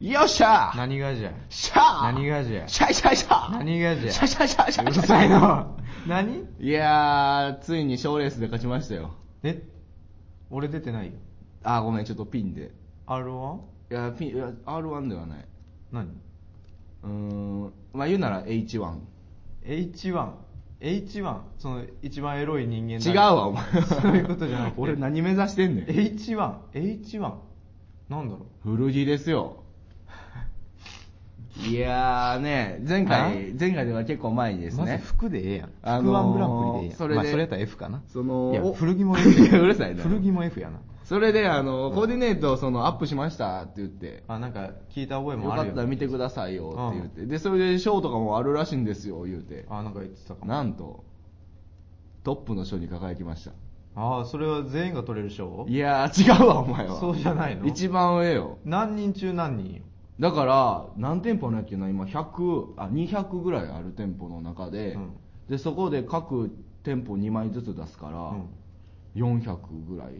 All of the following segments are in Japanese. よっしゃ何がじゃしゃ何がじゃシャイシャイシャイ何がじゃシャイシャイシャイシャうイるさい の何いやー、ついに賞レースで勝ちましたよ。え俺出てないよあー、ごめん、ちょっとピンで。 R1? いや、ピン、いや R1 ではない。何うーん、まあ言うなら H1。 H1H1 その一番エロい人間違だうわ、お前。そういうことじゃなくて 俺何目指してんねん。 H1H1 なんだろ古着ですよ。 いやーね、前回、前回では結構前にうですまずね。服でええやん、あ服のーワングランプリでええやんそれでまあ、それやったら F かなそのいやお古着も F いやうるさいな 古着も F やなそれで、あの、コーディネート、その、アップしましたって言って。あなんか聞いた覚えよもあかるったら見てくださいよって言って、うでそれで賞とかもあるらしいんですよ言うてあなんか言ってたかもなんとトップの賞に輝きましたああそれは全員が取れる賞いやー違うわお前はそうじゃないの一番上よ何人中何人よだから何店舗のやっけな今100あ200ぐらいある店舗の中で、うんでそこで各店舗2枚ずつ出すから、うん400ぐらい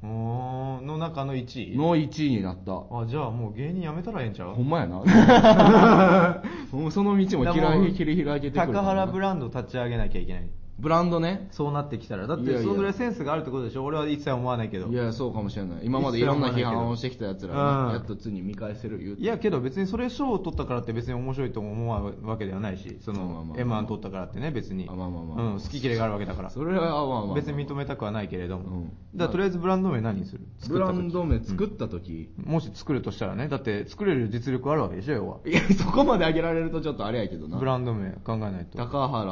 うーんの中の1位の1位になったほあじゃあもう芸人辞めたらええんちゃうんまや なもうその道も切だからりもう切り開けてくれたな高原ブランド立ち上げなきゃいけないブランドねそうなってきたらだっいやいてやそのぐらいセンスがあるってことでしょ俺は一切思わないけどいやそうかもしれない今までいろんな批判をしてきたやつらが、うんやっとついに見返せる言うていやけど別にそれ賞を取ったからって別に面白いとも思わんわけではないしそまあまあまあの m 1取ったからってね別にあまあまあまあうん好き嫌いがあるわけだからそれはまあまあまあ別に認めたくはないけれども、うんだからとりあえずブランド名何にするブランド名作っった時、もし作るとしたらねだって作れる実力あるわけでしょ要はいやそこまで上げられるとちょっとあれやけどなブランド名考えないと高原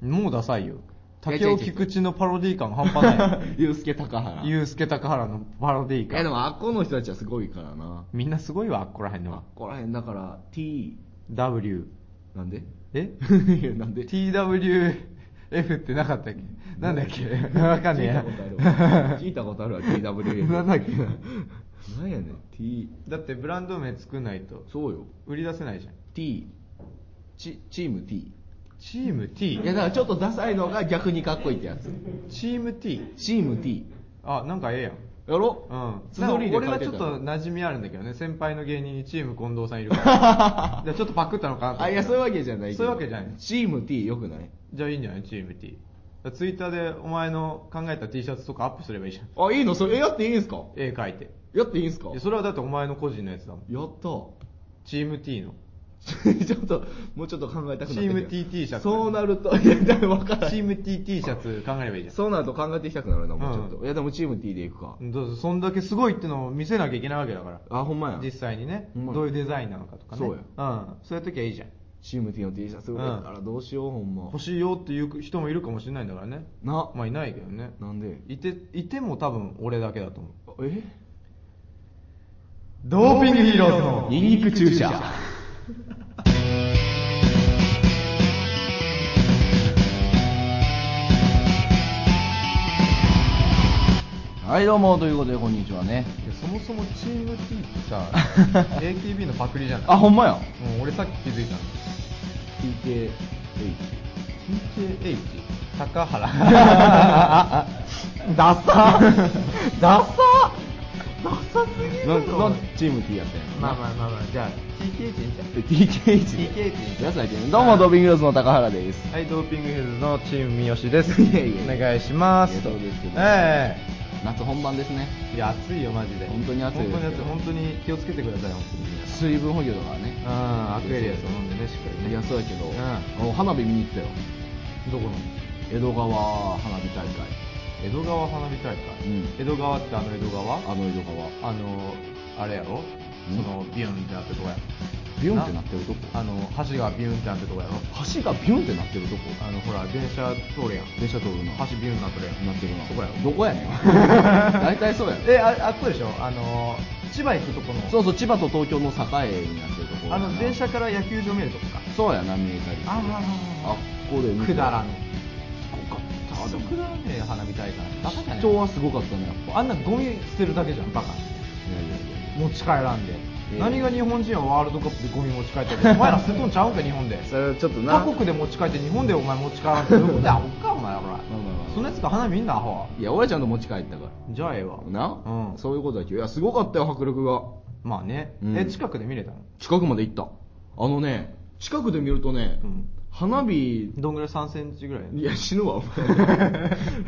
もうダサいいよや竹違う違尾う菊池のパロディ感半端ない 祐介高原 ユースケ高原のパロデいィやで感もあっこの人たちはすごいからなみんなすごいわここら辺のあはっこらへんだから T W なんで えいやなんで TWF ってなかったっけなんだっけ わかんねえや聞いたことあるわ聞いたことあるわ TWA なんだっけななんやねん T だってブランド名作んないとそうよ売り出せないじゃん T チチーム T チーム T いやだからちょっとダサいのが逆にかっこいいってやつチーム T チーム T あなんかええやんやろうん、つづりで書い俺てたはちょっと馴染みあるんだけどね先輩の芸人にチーム近藤さん いるからでちょっとパクったのかなと思ったあいやそういうわけじゃないけどそういうわけじゃないチーム T よくないじゃあいいんじゃないチーム T ツイッターでお前の考えた T シャツとかアップすればいいじゃんあいいのそれえやっていいんすか絵描いてやっていいんすかいやそれはだってお前の個人のやつだもんやったチーム T のちょっともうちょっと考えたくなってきたチーム TT シャツそうなるといやだから分からんチーム T T シャツ考えればいいじゃんそうなると考えていきたくなるなもうちょっと、ういやでもチーム T でいくか、どうぞそんだけすごいってのを見せなきゃいけないわけだからあほんまや実際にねほんまやどういうデザインなのかとかねそうやん、そういう時はいいじゃんチーム T の T シャツ売れたらどうしよう、ほんま欲しいよっていう人もいるかもしれないんだからねな、まあいないけどねなんでいていても多分俺だけだと思うえドーピングヒーローズのニンニク注射はいどうもということでこんにちはねいやそもそもチーム T ってさ AKB のパクリじゃないあほんまやもう俺さっき気づいたの TKH TKH 高原ダサダサダサすぎなるぞなんチーム T やったんやろなまあまあまあまあじゃあ TKH いいんじゃん TKH で TKH やつだけどどうもドーピングローズの高原ですはいドーピングヘルズのチーム三好ですいやいやいやお願いしますいやそうですけどえ夏本番ですねえいや暑いよマジで本当に暑いですよ本当に暑い本当に気をつけてください本当に水分補給とかねうんアクエリアスを飲んでねしっかりねいやそうやけど、うんお花火見に行ったよどこの江戸川花火大会江戸川花火大会、うん江戸川ってあの江戸川あの江戸川あのあれやろうんそのビュンってなってるとこやビュンってなってるとこあの橋がビュンってなってるとこやろ橋がビュンってなってるとこあのほら電車通るやん電車通 るな橋ビュンになってるやなんってるなそこやろどこやねん 大体そうやろえああっこでしょあの千葉行くとこのそうそう千葉と東京の境になってるところあやなの電車から野球場見えるとこかそうやな見えたりしてあああっあこで見てくだらぬすごかったでもくだらねえ花火大会バカじゃね主張はすごかったねやっぱあんなゴミ捨てるだけじゃんバいカやいやいや持ち帰らんで、ええ何が日本人はワールドカップでゴミ持ち帰っ たってお前ら捨てとんちゃうんか日本でそれはちょっとな他国で持ち帰って日本でお前持ち帰らんってどういうことやアホかお前まあほらまあまあそのやつか花見んなアホはいや俺ちゃんと持ち帰ったからじゃあええわな、うんそういうことだけどいやすごかったよ迫力がまあね、うんえ近くで見れたの近くまで行ったあのね近くで見るとね、うん花火どんぐらい3センチぐらいいや死ぬわお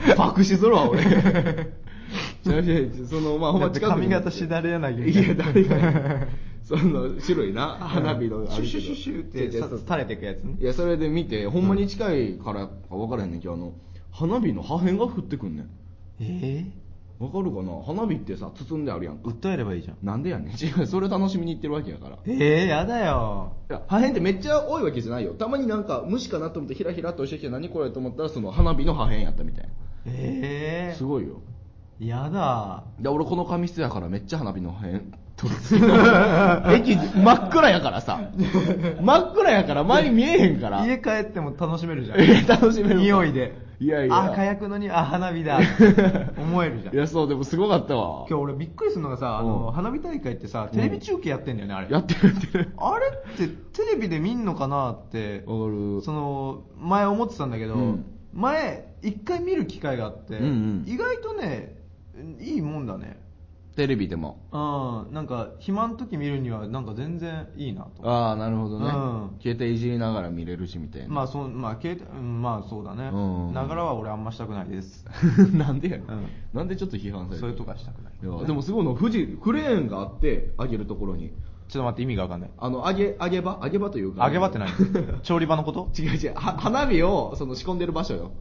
前爆死するわ俺ちなみにそのまあほんま近くだって髪型しだれ柳みいたいなや誰が その白いな花火のあシるュけどシュシュシュっていやさそう垂れていくやつねいやそれで見てほんまに近いからか分からへんねんけどあの花火の破片が降ってくんねんえわかるかな花火ってさ包んであるやんえか訴えればいいじゃんなんでやねん 違うそれ楽しみに行ってるわけやからええやだよいや破片ってめっちゃ多いわけじゃないよたまになんか虫かなと思ってひらひらっとしてきて何これと思ったらその花火の破片やったみたいえなえすごいよやだで俺この髪質やからめっちゃ花火の破片取って 駅真っ暗やから さ真っ暗やから前に見えへんから家帰っても楽しめるじゃんえ楽しめる匂いでいやいやあ火薬のにあ花 火だ思えるじゃんいやそうでもすごかったわ今日俺びっくりするのがさあうのん花火大会ってさテレビ中継やってんだよねあれやってるやってるあれってテレビで見んのかなってわかるその前思ってたんだけど、うん前一回見る機会があって、うんうん意外とねいいもんだねテレビでもうんなんか暇の時見るにはなんか全然いいなとああなるほどね、うん携帯いじりながら見れるしみたいなまあそうまあ携帯うんまあそうだねうんうんながらは俺あんましたくないです なんでやねん、うんなんでちょっと批判されてそるれとかしたくないいやでもすごいの富士クレーンがあって上げるところにちょっと待って意味がわかんないあの上げ上げ場上げ場というか揚げ場って何調理場 のこと違う違うは花火をその仕込んでる場所よ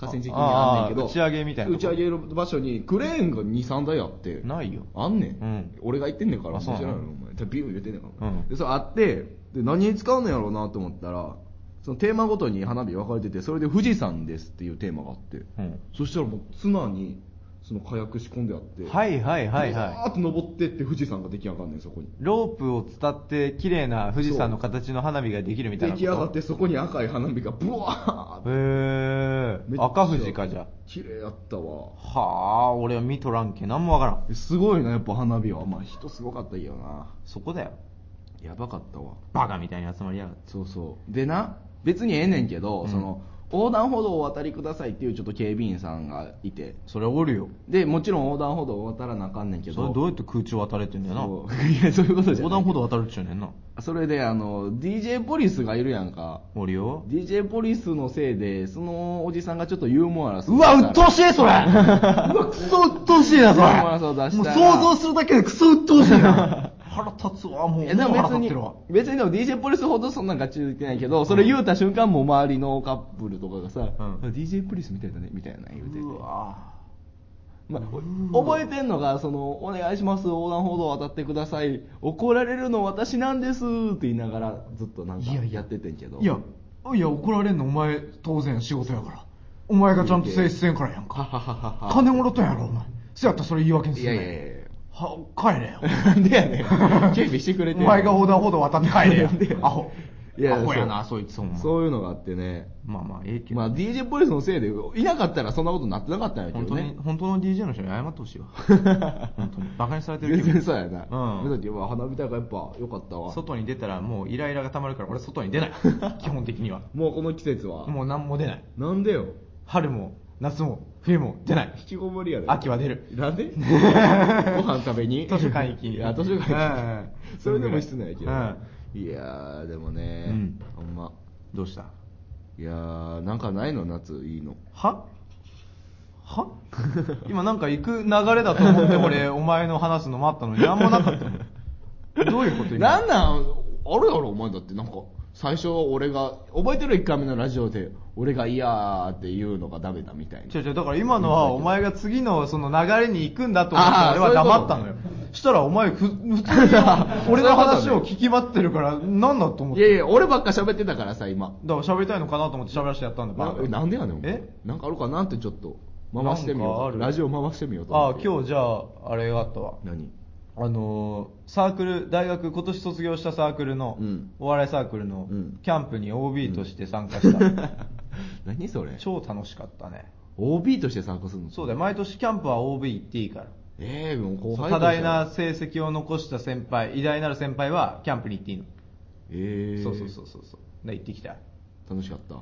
河川敷にああんねんけどあー打ち上げみたいな打ち上げる場所にクレーンが23台あってないよあんねん、うん俺が行ってんねんからあそうなの知らんやろお前じゃあビュー言ってんねんから、うんでそれあってで何に使うのやろうなと思ったらそのテーマごとに花火分かれててそれで富士山ですっていうテーマがあって、うんそしたらもう綱にその火薬仕込んであってはいはいはいはいーっと登ってって富士山が出来上がんねんそこにロープを伝って綺麗な富士山の形の花火ができるみたい出な来こと上がってそこに赤い花火がブワーってめっへえちゃ赤富士かじゃ綺麗やったわあはあ俺は見とらんけなんもわからんすごいなやっぱ花火はまあ人すごかったけどなそこだよやばかったわバカみたいに集まりやがってそうそうでな別にええねんけど、うんその横断歩道をお渡りくださいっていうちょっと警備員さんがいてそれおるよでもちろん横断歩道を渡らなあかんねんけそどれどうやって空中渡れてんだよなそう いやそういうことじゃ横ない断歩道渡るっちゅうねんなそれであの DJ ポリスがいるやんかおるよ DJ ポリスのせいでそのおじさんがちょっとユーモアラスうわ、ううっとうしい、それうわ、クソうっとうしいな、そまあまあそう出れしもうたら想像するだけでクソうっとうしいな腹立つわ、もう。いやでももう腹別立っにてるわ。、別にでも DJ ポリスほどそんなんガチで言ってないけど、それ言うた瞬間もう周りのカップルとかがさ、うん DJ ポリスみたいだね、みたいな言うてて。うわまあうわ覚えてんのが、その、お願いします、横断歩道を渡ってください、怒られるの私なんですって言いながらずっとなんかいやいややっててんけど。いや、いや、怒られんのお前、当然仕事やから。お前がちゃんと誠実せんからやんははか。はは。金もろたんやろ、お前。そやったらそれ言い訳にすいるやないよやいは、帰れよ。や。なん でやねん。 警備してくれおてんの前が横断歩道渡って帰れよなんでや。アホ。いやアホやな、そそいつ、ほんま。そういうのがあってね。まあまあ、ええけど。まあ DJ ポリスのせいで、いなかったらそんなことになってなかったんやけ本ど当にね、。本当の DJ の人に謝って ほしいわ。本当に。バカにされてる全けど然そうやな。うんだってまあ花火大会やっぱ良かったわ。外に出たらもうイライラが溜まるから俺外に出ない 基本的にはもうこの季節は。もう何も出ないなんでよ。春も夏も冬も出ない引きこもりやで。秋は出るなんで ご飯食べに図書館行きいや、図書館行うんき。それでも室内やけどうん。いやー、でもね、うんほんま。どうしたいやー、なんかないの夏、いいの。は は今なんか行く流れだと思って俺お前の話すのもあったのに何もなかったのどういうこと な今んなんあるやろ、お前だって。なんか、最初俺が、覚えてる1回目のラジオで、俺がいやーって言うのがダメだみたいな違う。違うだから今のはお前が次のその流れに行くんだと思ってあー俺は黙ったのそよういうこしたらお前ふ普通に俺の話を聞き待ってるから何だと思っいてやいや、俺ばっか喋ってたからさ、今。だから喋りたいのかなと思って喋らせてやったんだなバカなんでやねんお前えなんかあるかなってちょっと回してみなんかあようるラジオ回してみようとあ思っあて今日じゃああれがあったわ何あのーサークル大学今年卒業したサークルの、うんお笑いサークルのうんキャンプに OB として参加した、 何それ超楽しかったね OB として参加するのそうだよ毎年キャンプは OB 行っていいからええもう後輩多大な成績を残した先輩偉大なる先輩はキャンプに行っていいの、ええそうそうそうそうそうで行ってきた楽しかった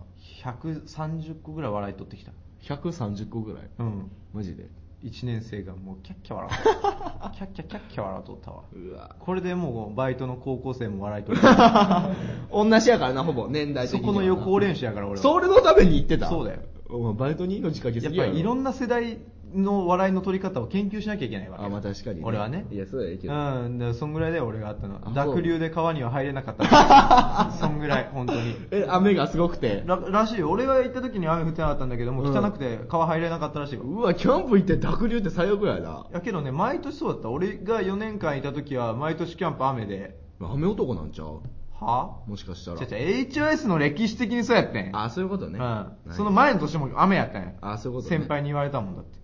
130個ぐらい笑い取ってきた130個ぐらいうんマジで1年生がもうキャッキャ 笑っとったキャッキャキャッキャ笑っとったわうわこれでもうバイトの高校生も笑い とるそ 同じやからなほぼ年代的にこはのな予行練習やから俺はそれのために行ってたそうだよお前バイトに命かけすやっぎぱやろりいろんな世代の笑いの取り方を研究しなきゃいけないわけよあまあ確かにね俺はねいやそうだよけどうんだからそんぐらいだよ俺があったのあそう濁流で川には入れなかった そんぐらい本当にえ雨がすごくてららしいよ俺が行った時に雨降ってなかったんだけどもう汚くて川入れなかったらしいわ、うわキャンプ行って濁流って最悪やなやけどね毎年そうだった俺が4年間いた時は毎年キャンプ雨で雨男なんちゃうはもしかしたらじゃじゃ HOS の歴史的にそうやってんあそういうことねうん、その前の年も雨やったんやあそういうことね先輩に言われたもんだって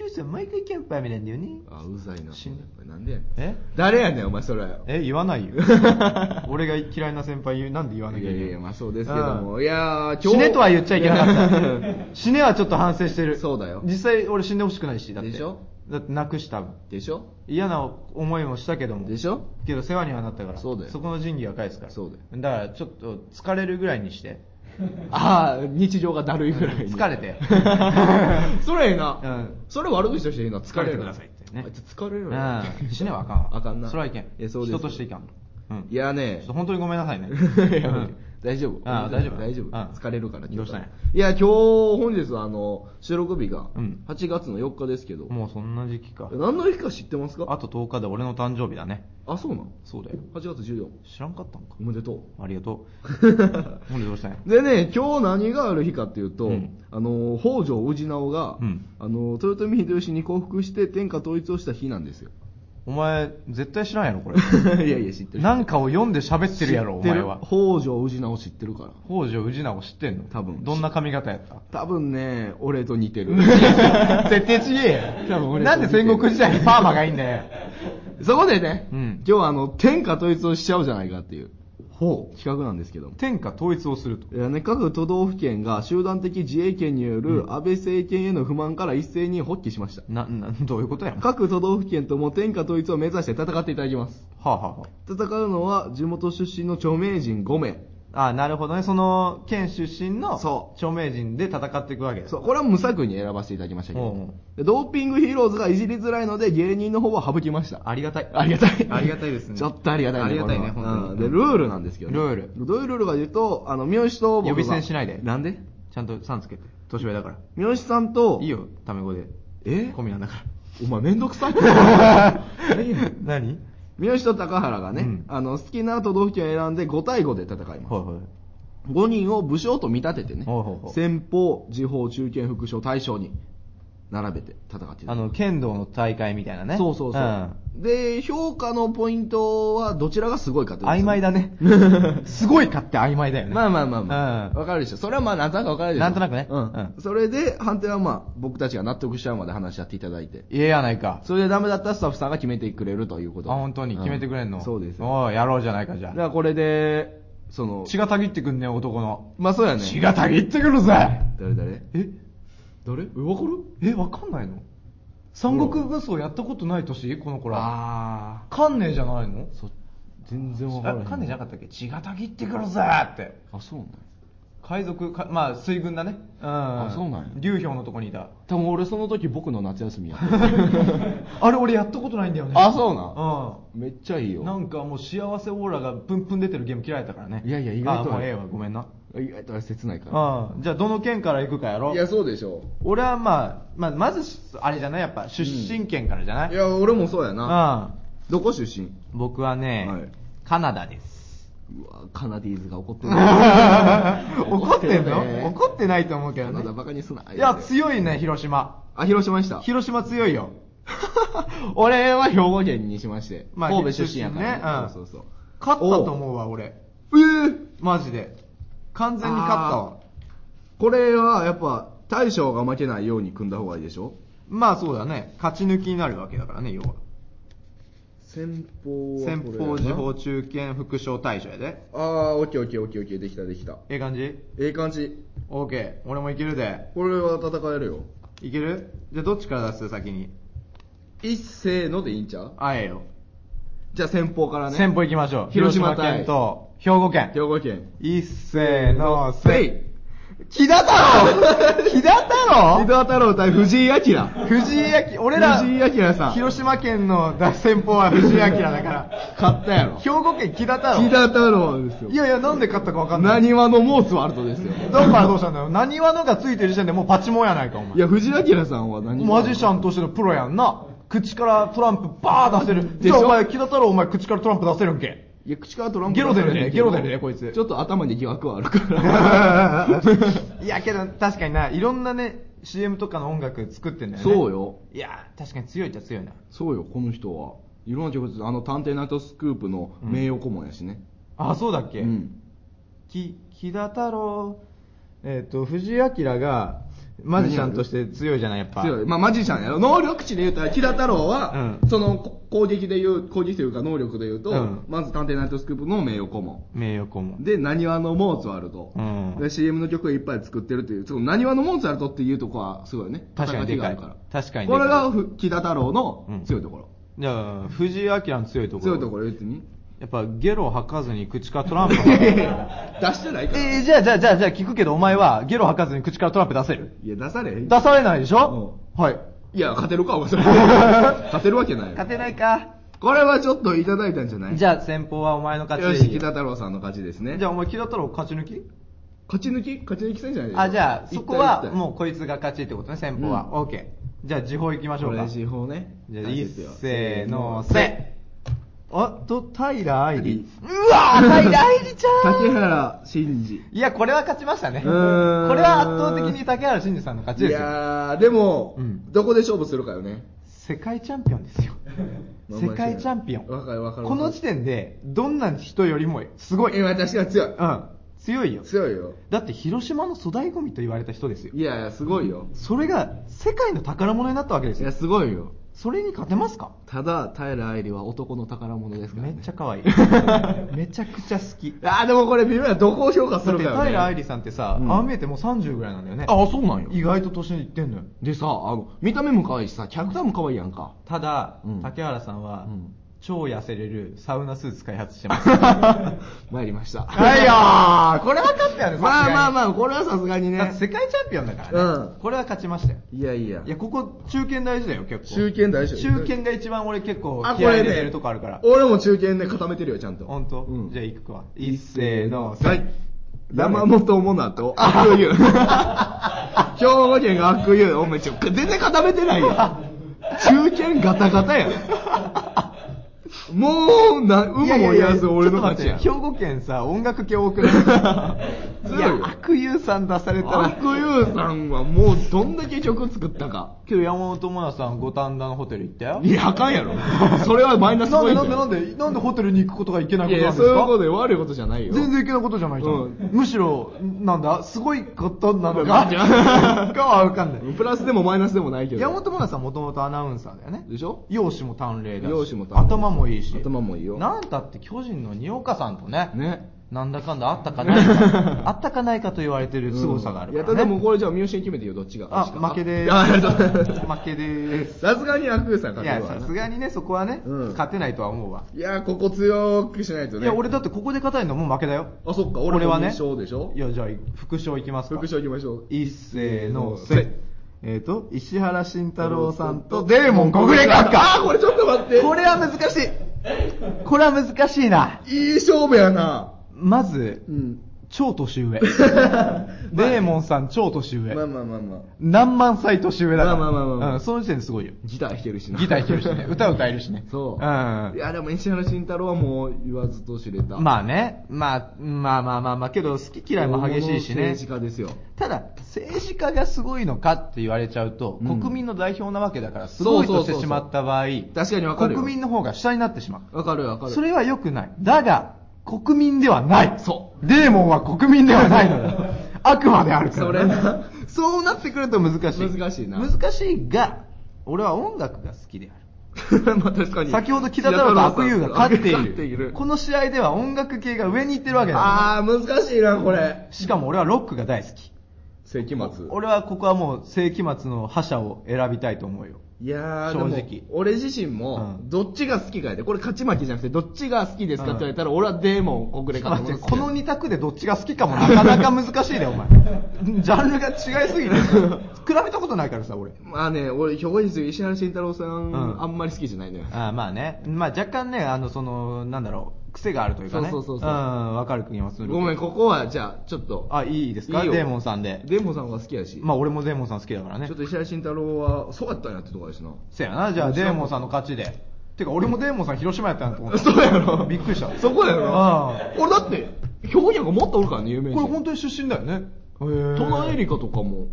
HOS は毎回キャンプ雨なんだよねあうざいな死んだやっぱりなんでやねんえ誰やねんお前それえ言 わないよ俺が嫌いな先輩言うなんで言わなきゃいけないいやいやまあそうですけどもうんいやー今日死ねとは言っちゃいけな かった死ねはちょっと反省してるそうだよ実際俺死んでほしくないしだってでしょだって泣くし多分でしょ嫌な思いもしたけどもでしょけど世話にはなったからそうだよこの仁義は返すからそうだよからちょっと疲れるぐらいにして ああ日常がだるいぐらいに疲れて それええうな、んそれ悪口としていいな疲れる疲れてくださいってねあいつ疲れるうよん死ねはあかんわ あかんなそれはいけんいやそうです人としていかん、うん、いやちょねっと本当にごめんな さいねいや大丈夫ああ大丈夫大丈夫うん疲れるからどうしたんやいや今日本日はあの収録日がうん8月の4日ですけど、もうそんな時期か何の日か知ってますかあと10日で俺の誕生日だねあそうなんそうだよ8月14知らんかったんかおめでとありがとうほんでどうしたんやう でね今日何がある日かっていうと、うんあの北条氏直が、うんあの豊臣秀吉に降伏して天下統一をした日なんですよお前絶対知らんやろこれいやい や知ってるなんかを読んで喋ってるやろお知って前るは北条氏直知ってるから北条氏直知ってんの多分どんな髪型 やった多分ね俺と似て る絶対ちげえ多分よ俺なんで戦国時代にパーマがいいん だよそこでね、うん今日はあの天下統一をしちゃおうじゃないかっていうほ企画なんですけども天下統一をするといやね、各都道府県が集団的自衛権による安倍政権への不満から一斉に発起しました。ななどういうことやんは各都道府県とも天下統一を目指して戦っていただきます。あ、はあは戦うのは地元出身の著名人5名。あ、ああなるほどねその県出身のそ著名人で戦っていくわけだそう、これは無策に選ばせていただきましたけおうおうど。でドーピングヒーローズがいじりづらいので芸人の方は省きました。ありがたいありがたい。ありがたいですねちょっとありがたいね。ありがたいねこれは本当にうんで、ルールなんですけどね。ルール。どういうルールかというと、あの、三好と僕が呼び捨てにしないでなんでちゃんとさんつけて年上だから三好さんと、いいよタメ語でえ込みなんだかお前めんどくさい。ら何 三好と高原がね、うんあの好きな都道府県を選んで5対5で戦います、はいはい5人を武将と見立ててね、ほうほうほう先方地方中堅副将大将に並べて戦っていたあの、剣道の大会みたいなね。そうそうそう、で評価のポイントはどちらがすごいかってん。曖昧だね ね。すごいかって曖昧だよね。まあまあまあまあ、うんわかるでしょそれはまあなんとなくわかるでしょなんとなくねうんうんそれで判定はまあ僕たちが納得しちゃうまで話し合っていただいてええやないか。それでダメだったらスタッフさんが決めてくれるということあ、で本当にう決めてくれんの、そうですだかおい、やろうじゃないか、じゃあ。らこれでその血がたぎってくんね、男の。まあそうやね血がたぎってくるぜ誰誰え誰えわかるえ、わかんないの三国武装やったことない年この子ら。あ観念じゃないのそ全然わからえ、ない観念じゃなかったっけ血がたぎってくるぜって。あそうなん海賊、かまあ、水軍だね。うん。あそうなんや流氷のとこにいた。 多分俺その時僕の夏休みやあれ、俺やったことないんだよね。あそうなんうん。めっちゃいいなよんかもう幸せオーラがプンプン出てるゲーム嫌いだったからねいやいや意外とあもうええわごめんな意外と切ないかあじゃあどの県から行くかやらろいやそうでしょ俺はまあ、まあ、まずあれじゃないやっぱ出身県からじゃない、いや俺もそうやうなんどこ出身僕はね、はいカナ ダですうわカナディーズが怒ってる怒ってんのね怒ってないと思うけどカナダねバカにすないいや強いね広島あ広島に した広島強いよ俺は兵庫県にしましてまあ神戸出身やから出身ねそうんうそう勝ったと思うわ俺そうええマジで完全に勝ったわこれはやっぱ大将が負けないように組んだ方がいいでしょまあそうだね勝ち抜きになるわけだからね要は先方先方時報中堅副将大将やでああオッケーオッケーオッケーオッケーできたできたええ感じええ感じ ?OK 俺もいけるでこれは戦えるよいけるじゃあどっちから出す先に一せーのでいいんちゃうあええよ、じゃあ先方からね先方行きましょう広島対県と兵庫県兵庫県いっせーのせい木田太 郎木田太木田郎太郎対藤井明。藤井明、俺ら、藤井明さん広島県の大先方は藤井明 だから。勝ったやろ。兵庫県木田太郎。木田太郎ですよ。いやいや、なんで勝ったかわかんない。何話のモースワルトですよ。だからどうしたんだよ。何話のがついてる時点でもうパチモンやないか、お前い。や、藤井明さんは何マジシャンとしてのプロやんな。口からトランプバー出せる。でじしゃょあお前、木田太郎お前口からトランプ出せるんけ。いや、口からトランプ。ゲロ出るねゲロ出るねこいつちょっと頭に疑惑はあるから。 いやけど確かにないろんなね CM とかの音楽作ってんだよねそうよ。いや確かに強いっちゃ強いなそうよ、この人は。いろんな曲、あの、探偵ナイトスクープの名誉顧問やしね。あそうだうっけ、ん。き木田太郎えっ、と藤井明がマジシャンとして強いじゃないやっぱ強い。まあ、マジシャンやろ。能力値で言うたら、木田太郎は、うんその、こ攻撃で言う、攻撃というか能力で言うと、うんまず探偵ナイトスクープの名誉顧問。名誉顧問で、なにわのモーツァルト。うんで、CM の曲をいっぱい作ってるという、そのなにわのモーツァルトっていうとこはすごいね。確か肩書にきがあるでかい確かにでこかいれがふ木田太郎の強いところ。じゃあ藤井明の強いところ強いところ言って み。やっぱゲロ吐かずに口からトラン プ出してないから。え ー、じゃあじゃあじゃあじゃあ聞くけどお前はゲロ吐かずに口からトランプ出せるいや、出されへん。出されないでしょ、はいいや、勝てるか、 お前勝てるわけないよ。てないかこれはちょっといただいたんじゃないじゃあ先方はお前の勝ちよし、木田太郎さんの勝ちですね。じゃあお前木田太郎勝ち抜き勝ち抜き勝ち抜き戦じゃないあ、じゃあ、そこはもうここいつが勝ちってことね、先方うはん。オッケー。じゃあ、時報行きましょうか。れじ時報ね。ゃあ、大いっ切よせーの、せあと、平愛梨理。うわー、平愛理ちゃん竹原真二。いや、これは勝ちましたね。うこれーんは圧倒的に竹原慎二さんの勝ちいですよ。やー、でも、うんどこで勝負するかよね。世界チャンピオンですよ。まあ世界チャンピオン。わかるわかる。この時点で、どんな人よりもすごい。今確かに強い。うん。強いよ。強いよ。だって、広島の粗大ゴミと言われた人ですよ。いやいや、すごいよ。それが、世界の宝物になったわけでいすや、よ。すごいよ。それに勝てますかただ、平愛理は男の宝物ですから、めね。っちゃ可 愛い。めちゃくちゃ好き。あー、でもこれ微妙や。どこを評価すだっるてかよ、ね。平愛理さんってさ、うんああ見えてもう30ぐらいなんだよね。あ、そうなんよ。意外と年いってんのよ。でさ、あの、見た目も可愛いしさ、キャラクターも可愛いやん か。ただ、うん竹原さんは、うん超痩せれるサウナスーツ開発してます。参りました。はい よーこれ分かったよね、まあまああ。まあ、これはさすがにだってね。世界チャンピオンだからね。うんこれは勝ちましたよ。いやいやい。や、ここ、中堅大事だよ、結中構。堅大事中堅が一番俺結構あ、こ気合いれ入れてねるとこあるから。。俺も中堅で固めてるよ、ちゃんと。ほんとうんじゃあ行くか。一せーの、はせい。山本もなと、悪友。兵庫県が悪友。お前、ちょ、全然固めてないよ。中堅ガタガタやん。もう、な、うまも言わず俺の勝ちやん。ちょっと待って兵庫県さ、音楽系多く ない強いいよや、悪友さん出されたら。悪友さんはもうどんだけ曲作ったか。今日山本智奈さん五反田のホテル行ったよ。いや、あかんやろ。それはマイナスなんポイでントなや。んでなんで、なんでホテルに行くことがいけないいこやといや、なんでそうすいうかことで悪いことじゃないよ。全然いけないことじゃないじゃん。うんむしろ、なんだ、すごいことなの わかかんないかはわかんない。プラスでもマイナスでもないけど。山本智奈さんもともとアナウンサーだよね。でしょ容姿も端麗だし。容姿も端麗頭もいいし。頭もいいよなんだって巨人の二岡さんとね。ね。なんだかんだあったかない か、あったかないかと言われてる凄さがあるから、ねいや、でもこれじゃあ三好に決めてよ、どっちが。あ、どっちか負けであありーがとう 負けでーす。さすがに悪友さんい勝てや、るわさすがにね、そこはね、うん勝てないとは思うわ。いや、ここ強くしないといね。や、俺だってここで勝たないのもう負けだよ。あ、そっか、俺俺はね副賞でしょいや、じゃあ、副賞いきますか。副賞行きましょう。いっせーの、せせ。えっと、石原慎太郎さんとデーモン国連あ閣ー、下これちょっと待って。これは難しいこれは難しいな。いい勝負やな。まずう、ん。超年 上。デーモンさん超年上。まあまあまあまあ。何万歳年上だから。まあまあまあまあうん、その時点ですごいよ。ギター弾けるしな。ギター弾けるし ね。歌歌えるしね。そう。うんい。や、でも石原慎太郎はもう言わずと知れた。あ、まあね。まあ、まあまあまあまあ、けど好き嫌いも激しいしね政。治家ですよ。ただ、政治家がすごいのかって言われちゃうと、うん国民の代表なわけだから、すごいとしてしまった場合、確かにわかるよ。国民の方が下になってしまわかるわかう。る。それは良くない。だが、国民ではない。。そうデーモンは国民ではな いのだ。悪魔であるから、それなそうなってくると難しい。難しいな難しいが、俺は音楽が好きであ る。まあ確かに。先ほど木田太郎と悪友が勝っている。るこの試合では音楽系が上に行ってるわけだ、あー、難しいな、これ。しかも俺はロックが大好き。世紀末。俺はここはもう世紀末の覇者を選びたいと思うよ。いやー、正直でも俺自身もう、んどっちが好きかやで、これ勝ち負けじゃなくて、どっちが好きですかって言われたら、俺はデーモン国連ちょかっとと待思っうてこのんで2択でどっちが好きかもなかなか難しいね、お 前。ジャンルが違いすぎて。比べたことないからさ、俺。すよまあね、俺、兵庫人石原慎太郎さん、うんあんまり好きじゃないのよ。あーまあね。まあ若干ね、あの、その、なんだろう、癖があるというかね。、そうそうそうそうんわかる気がする。ごめん、ここは、じゃあ、ちょっと。あ、いいですかよデーモンさんで。デーモンさんが好きやし。まあ俺もデーモンさん好きだからねちょっ。と石原慎太郎は、そうやったんやってとこやしな。せやな、じゃあデーモンさんの勝ちで。てか俺もデーモンさん広島やったなと思 った。そうやろびっくりした。そこやろあ俺だって、兵庫県がもっとおるからね、有名ー人。これ本当に出身だよね。へートナエリカとかも。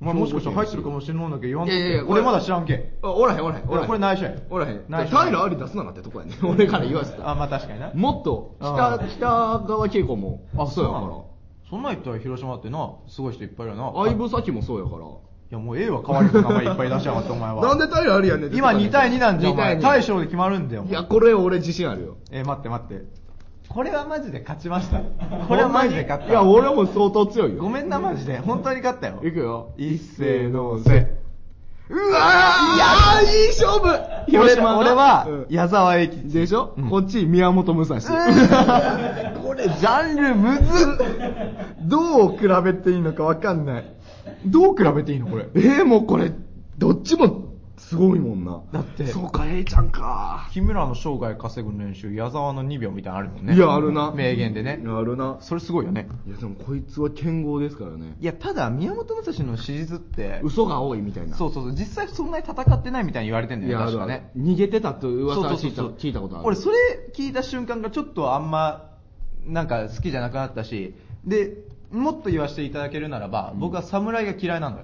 まあもしかしたら入ってるかもしれないんだけど言わんといやいやいやこれ俺まだ知らんけ。あ、おらへん、おらへん、おらへん。これ内緒やんおらへん。内緒タイラあり出すななってとこやね。 俺から言わせたら。あ、まあ確かにな。もっと、あ北、ー北川景子も。あ、そうややかからら。。そんなん言ったら広島ってな、すごい人いっぱいいるよな。相い武咲もそうやから。やもう A は変わり人の名前いっぱい出しやがってお前は。なんでタイラありやねんってとこ今やねん2対2なんじゃん、お前。 2大対将で決まるんだよ。お2。い前や、これ俺自信あるよ。えー待って待って。これはマジで勝ちました。 これはマジで勝った。いや、俺も相当強いよ。ごめんな、マジで。本当に勝ったよ。いくよ。一斉のせ。うわーいやー、いい勝負俺広島俺は、うん矢沢永吉。でしょ、うんこっち、宮本武蔵。 これ、ジャンルむずっどう比べていいのかわかんない。どう比べていいのこれ。えー、もうこれ、どっちもすごいもんな。だってそうか、えいちゃんか。木村の生涯稼ぐ練習、矢沢の2秒みたいなのあるもんね。いや、あるな。名言でねい。やあるな。それすごいよね。いや、でもこいつは剣豪ですからね。いや、ただ、宮本武蔵の史実って、嘘が多いみたいな。そうそうそう、実際そんなに戦ってないみたいに言われてんだいよや、あね、確るあかるね。。逃げてたと噂はそ聞ういたそうそうそう聞いたことある。俺、それ聞いた瞬間がちょっとあんま、なんか好きじゃなくなったし、で、もっと言わせていただけるならば、僕は侍が嫌いなのよ。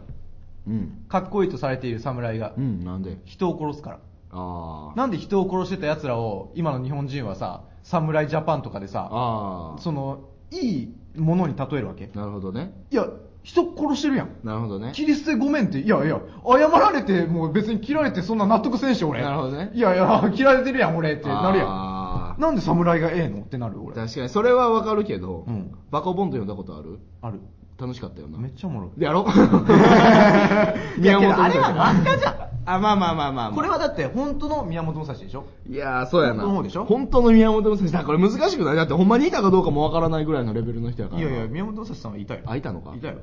うん。かっこいいとされている侍が。うん、なんで人を殺すから。あー。なんで人を殺してた奴らを、今の日本人はさ、侍ジャパンとかでさ、あー。その、いいものに例えるわけ。いなるほどね。や、人殺してるやん。なるほどね。切り捨てごめんって、いやいや、謝られて、もう別に切られてそんな納得せんし、俺。なるほどねいやいや、 切られてるやん、俺ってなるやあーん。なんで侍がええのってなる、俺。確かに、それはわかるけど、うんバカボンド読んだことあるある。楽しかったよな。めっちゃおもろい。やろ 宮本武蔵あれは漫画じゃん。あ、まあまあまあまあ。これはだって、本当の宮本武蔵でしょいやー、そうやな。本当の方でしょ本当の宮本武蔵。だからこれ難しくないだってほんまにいたかどうかもわからないぐらいのレベルの人やかいらな。やいや、宮本武蔵さんはいたよ。あいたのかいたよ。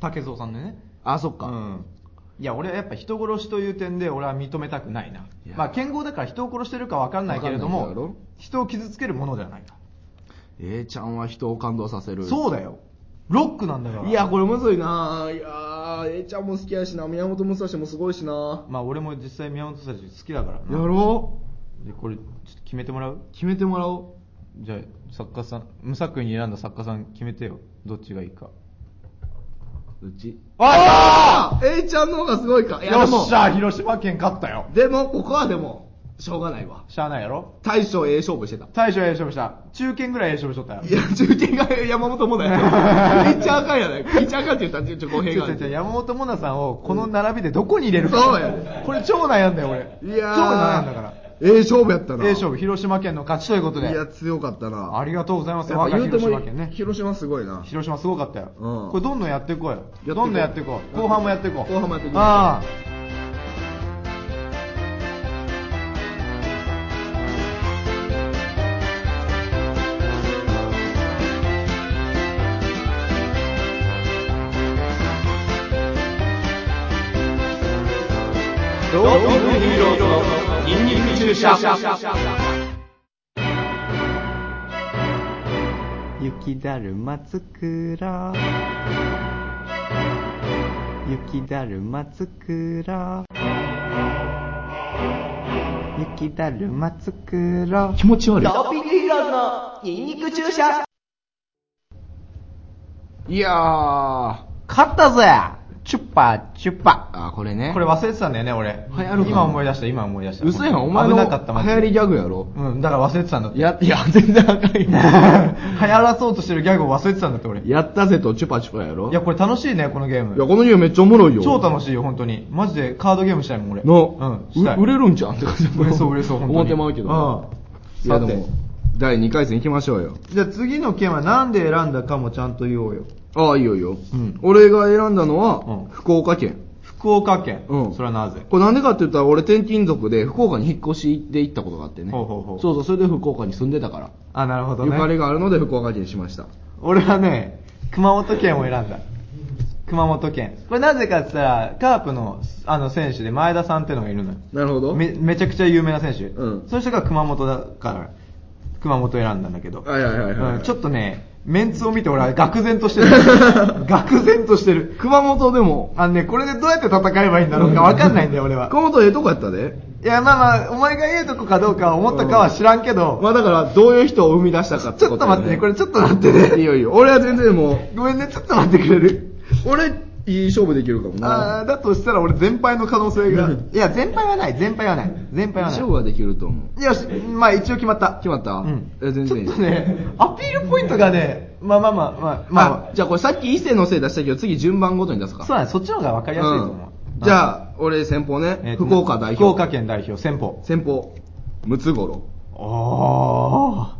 竹蔵さんでね。あ、そっか。うん。いや、俺はやっぱ人殺しという点で俺は認めたくないな。いやまあ、剣豪だから人を殺してるかわかんないけれどわかんないけども、人を傷つけるものではないか。 A ちゃんは人を感動させる。そうだよ。ロックなんだから。いや、これむずいないやー、A ちゃんも好きやしな、宮本武蔵もすごいしな。まあ俺も実際宮本武蔵好きだからやな。ろで、これ、ちょっと決めてもらうう決めてもらおじゃあ、作家さん、無作為に選んだ作家さん決めてよ。どっちがいいか。う。うち。ああ !A ちゃんの方がすごいか。いやよでっもしゃ広島県勝ったよでも、ここはでも、しょうがないわ。しゃあないやろ大将 A 勝負してた。大将ええ勝負した。中堅ぐらいええ勝負しとったよ。いや、中継が山本もだよ。言っちゃあかんやない。言っちゃあかんって言ったら、ちょっと語弊違があう違う違うる。山本もなさんをこの並びでどこに入れるか。そうやねこれ超悩んだよ、俺。いやー超悩んだから。ええ勝負やったな。 A 勝負、広島県の勝ちということでい。や、強かったな。ありがとうございます。やっぱ我が言うて広も島県ね。広島すごいな。広島すごかったよ。うんこれどんどんやっていこうよ。こうどんどんやっていこう。後半もやっていこう。後半もやっていこうああ。ドーピングヒーローのニンニク注射。雪だるま作ろう雪だるま作ろう雪だるま作ろう気持ち悪ドーピングヒーローズのニンニク注射い。いやー。あ勝ったぜチュッパチュッパー、これね。これ忘れてたんだよね、俺。流行るか今思い出した、今思い出した。嘘やん、お前危のなかった、マジ流で行りギャグやろ。うん、だから忘れてたんだって。や、い や、全然あかんよ 流行らそうとしてるギャグを忘れてたんだって、俺。いやったぜとチュパチュパやろ。や、これ楽しいね、このゲいーやム。このゲームめっちゃおもろいよ。超楽しいよ、本当に。マジでカードゲームしたいもん、俺。の、うん、したい。う売れるんちゃうんって感じ売れそう、売れそう、本当に。思ってまうけど。いや、うん。でさもて。、第2回戦行きましょうよ。じゃあ次の件はなんで選んだかもちゃんと言おうよ。ああ、いいよいいよ。うん俺が選んだのは、うん福岡県。福岡県。うんそれはなぜこれなんでかって言ったら、俺転勤族で福岡に引っ越しで行ったことがあってね。ほうほうほうそうそう、それで福岡に住んでたから。あ、なるほどゆね。かりがあるので福岡県にしました。俺はね、熊本県を選んだ。熊本県。これなぜかって言ったら、カープのあの選手で前田さんっていうのがいるのよ。なるほど。 めめちゃくちゃ有名な選手、うんその人が熊本だから熊本を選んだんだけど、はいはいはいはいうんちょっとねメンツを見て俺は愕然とし てる愕然としてる熊本でも、あのねこれでどうやって戦えばいいんだろうか分かんないんだよ俺は熊本ええとこやったで。いやまあまあお前がええとこかどうかは思ったかは知らんけど、まあだから、どういう人を生み出したかってちょこっととよ待ってねこれちょっと待ってねいいよいいよ。俺は全然もう、ごめんねちょっと待ってくれる俺、いい勝負できるかもな。あーだとしたら俺全敗の可能性がうんいや全敗はない全敗はない全敗はない勝負はできると思う。よし、まあ一応決まった。決まったうん。え全然いいちょっとね、アピールポイントがね、まあまあまあまあ、まあ、じゃあこれさっき伊勢のせい出したけど、次順番ごとに出すか。そうだね、そっちの方が分かりやすいと思うんう。じあ、ゃあ、俺先方えねっ。と福岡代表。福岡県代表、先方。先方、ムツゴロおー。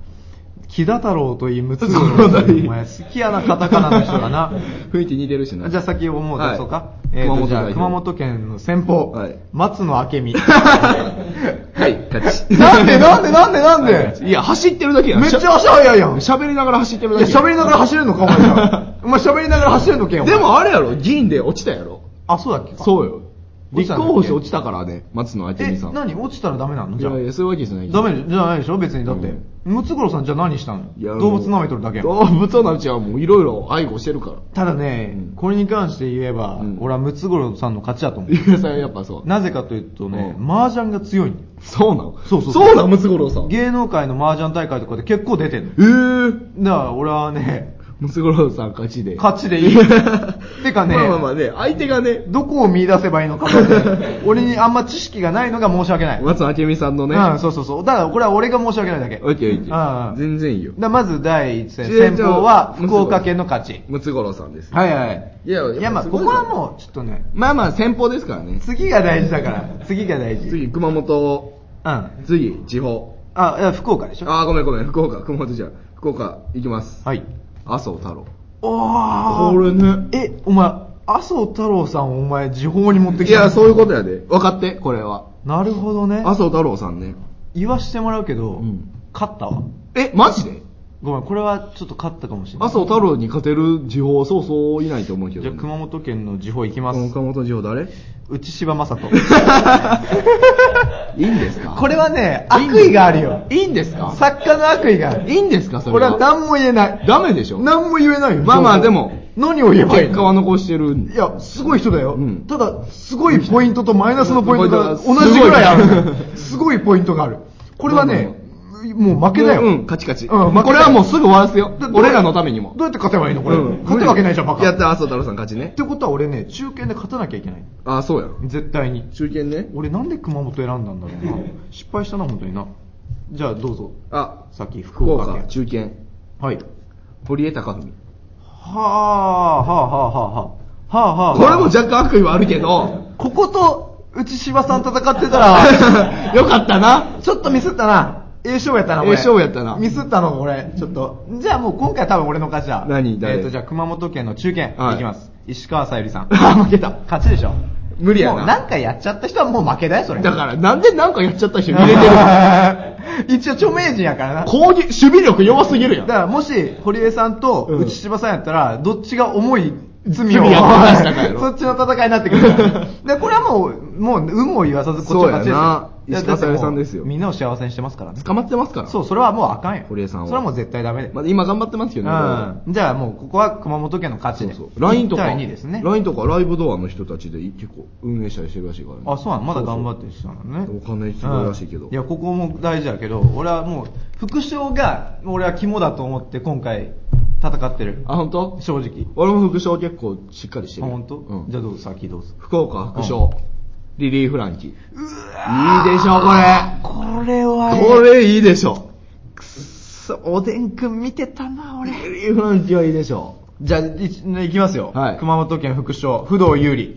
木田太郎といい、ムツムゴツゴロロウ。ウお前好きやな、カタカナの人だな。ウ。 雰囲気似てるしな。じゃあ先をもう出そうか。はいえっ、熊と、本じゃあ代表熊本県の先方。はい松野 明美。はい、勝ち。 なんでなんでなんでなんではいいや、走ってるだけやんめっちゃ足早いやん。い喋りながら走ってるやだけ喋りながら走れるのか、お前 じゃ。お前喋りながら走れるのけん、お前でもあれやろ、議員で落ちたやろ。あ、そうだっけそうよ。落ちた立んだっけ候補して落ちたからね、松野明え美さ、ん。何落ちたらダメなのいじゃあやいや、そういうわけじゃないけどダメじゃないでしょ別に。だってうん。ムツゴロウさんじゃあ何したのいや動物舐めとるだけやん動物のうちはもういろいろ愛護してるから。ただねうん、これに関して言えばうん、俺はムツゴロウさんの勝ちだと思う。いや、それやっぱそう。なぜかというとね、うん麻雀が強いんだよそうなのそうそうそうなのムツゴロウさん。え芸能界の麻雀大会とかで結構出てんの。だかえー。ら俺はね、ムツゴロウさん勝ちで。勝ちでいい。 てかね、まあまあまあね、相手がね、どこを見出せばいいのかも ね俺にあんま知識がないのが申し訳ない。松明美さんのね。うん、そうそうそう。だからこれは俺が申し訳ないだけ。オッケーオッケうんうー。ん全然いいよだ。からまず第一戦、じゃあ先方はじゃあ福岡県の勝ち。ムツゴロウさんです。はいはい。いやいやまあ、すこごいこぞはもう、ちょっとね、まあまあ先方ですからね。次が大事だから、次が大事。。次、熊本、うん。次、地方。あ、いや福岡でしょあー、ごめんごめん、福岡、熊本じゃん。福岡、行きます。はい。麻生太郎。おー。これねえ、お前、麻生太郎さんをお前、時報に持ってきいたの。や、そういうことやで。分かって、これは。なるほどね。麻生太郎さんね。言わしてもらうけど、うん勝ったわ。え、マジでごめん、これはちょっと勝ったかもしれない。麻生太郎に勝てる地方、そうそういないと思うけど、じゃあ、熊本県の時報行きます。熊本地方誰内柴雅人。いいんですかこれはね、悪意があるよ。いいんですか作家の悪意がある。いいんですかそれ俺は何も言えない。ダメでしょ何も言えないよ。まあまあでも何を言えばいい結果はの残してる。いや、すごい人だよ。うんただ、すごいポイントとマイナスのポイントがポイン同トがじぐらいある。すごいポイントがある。これはね、もう負けだよ。うん、カチカチ。うん負けこれはもうすぐ終わらせよだ。俺らのためにもど。うやって勝てばいいのこれ。うん勝てるわけないじゃん、バカ。やっ、った麻生太郎さん勝ちね。てことは俺ね、中堅で勝たなきゃいけない。あ、そうやん。絶対に。中堅ね。俺なんで熊本選んだんだろうな。失敗したな、本当にな。じゃあどうぞ。あ、さっき福福岡岡県、。中堅。はい。堀江貴文。はあ、はあ、はあ、はあ。はあ、はあ。これも若干悪意はあるけど、ここと、内柴さん戦って たら、よかったな。ちょっとミスったな。A 勝負やったな、これ。 A 勝負やったなミスったの、俺。ちょっと。じゃあもう今回は多分俺の勝ちだ。何誰えっ、と、じゃあ熊本県の中堅、はいい、きます。石川さゆりさん。 あ負けた勝ちでしょ。無理やなもう何回やっちゃった人はもう負けだよ、それ。だから、なんでなんかやっちゃった人入れて る一応著名人やからな。攻撃、守備力弱すぎるやだんか。らもし、堀江さんとうん内柴さんやったら、どっちが重い罪を、罪を犯したかやろ そっちの戦いになって くるから。で、これはもう、もう、有無を言わさず、こっちの勝ちでそうすやないや石川さゆりさんですよだってもうみんなを幸せにしてますからね。捕まってますから。そう、それはもうあかんよ。堀江さんはそれはもう絶対ダメで。まあ、今頑張ってますけどね。うん。じゃあもう、ここは熊本県の勝ちそうで。そう。LINE とか、 1対2ですね。 LINE とかライブドアの人たちで結構運営したりしてるらしいからね。あ、そうなのまだ頑張ってる人なのね。お金必要らしいけどうんいや、ここも大事だけど、俺はもう、副将が、俺は肝だと思って今回、戦ってる。あ、本当？正直。俺も副賞結構しっかりしてあ、る。本当？うん。じゃあどうぞ、先どうぞ。福岡副賞、リリー・フランキー。いいでしょ、これ。これはこれいいでしょ。おでんくん見てたな、俺。リリー・フランキーはいいでしょ。じゃあ、いねいきますよ。はい熊本県副将、不動有利。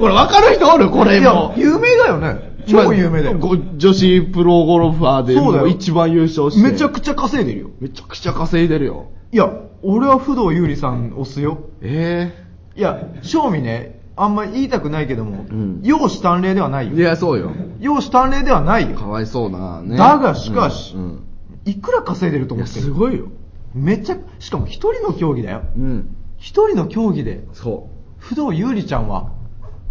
これ分かる人おるこれいやも、う。有名だよね。超有名だよ。ご女子プロゴルファーでそうだよもう一番優勝して。めちゃくちゃ稼いでるよ。めちゃくちゃ稼いでるよ。いや、俺は不動有利さん押すよ。えいや、正味ね、あんま言いたくないけども、ん容姿端麗ではないいよ。や、そうよ。容姿端麗ではないかよ。わいそうなね。だがしかしうんいくら稼いでるとうんい思や、ってするごいよ。めちゃ、しかも一人の競技だよ。うん。一人の競技で、そ不動ゆうりちゃんは、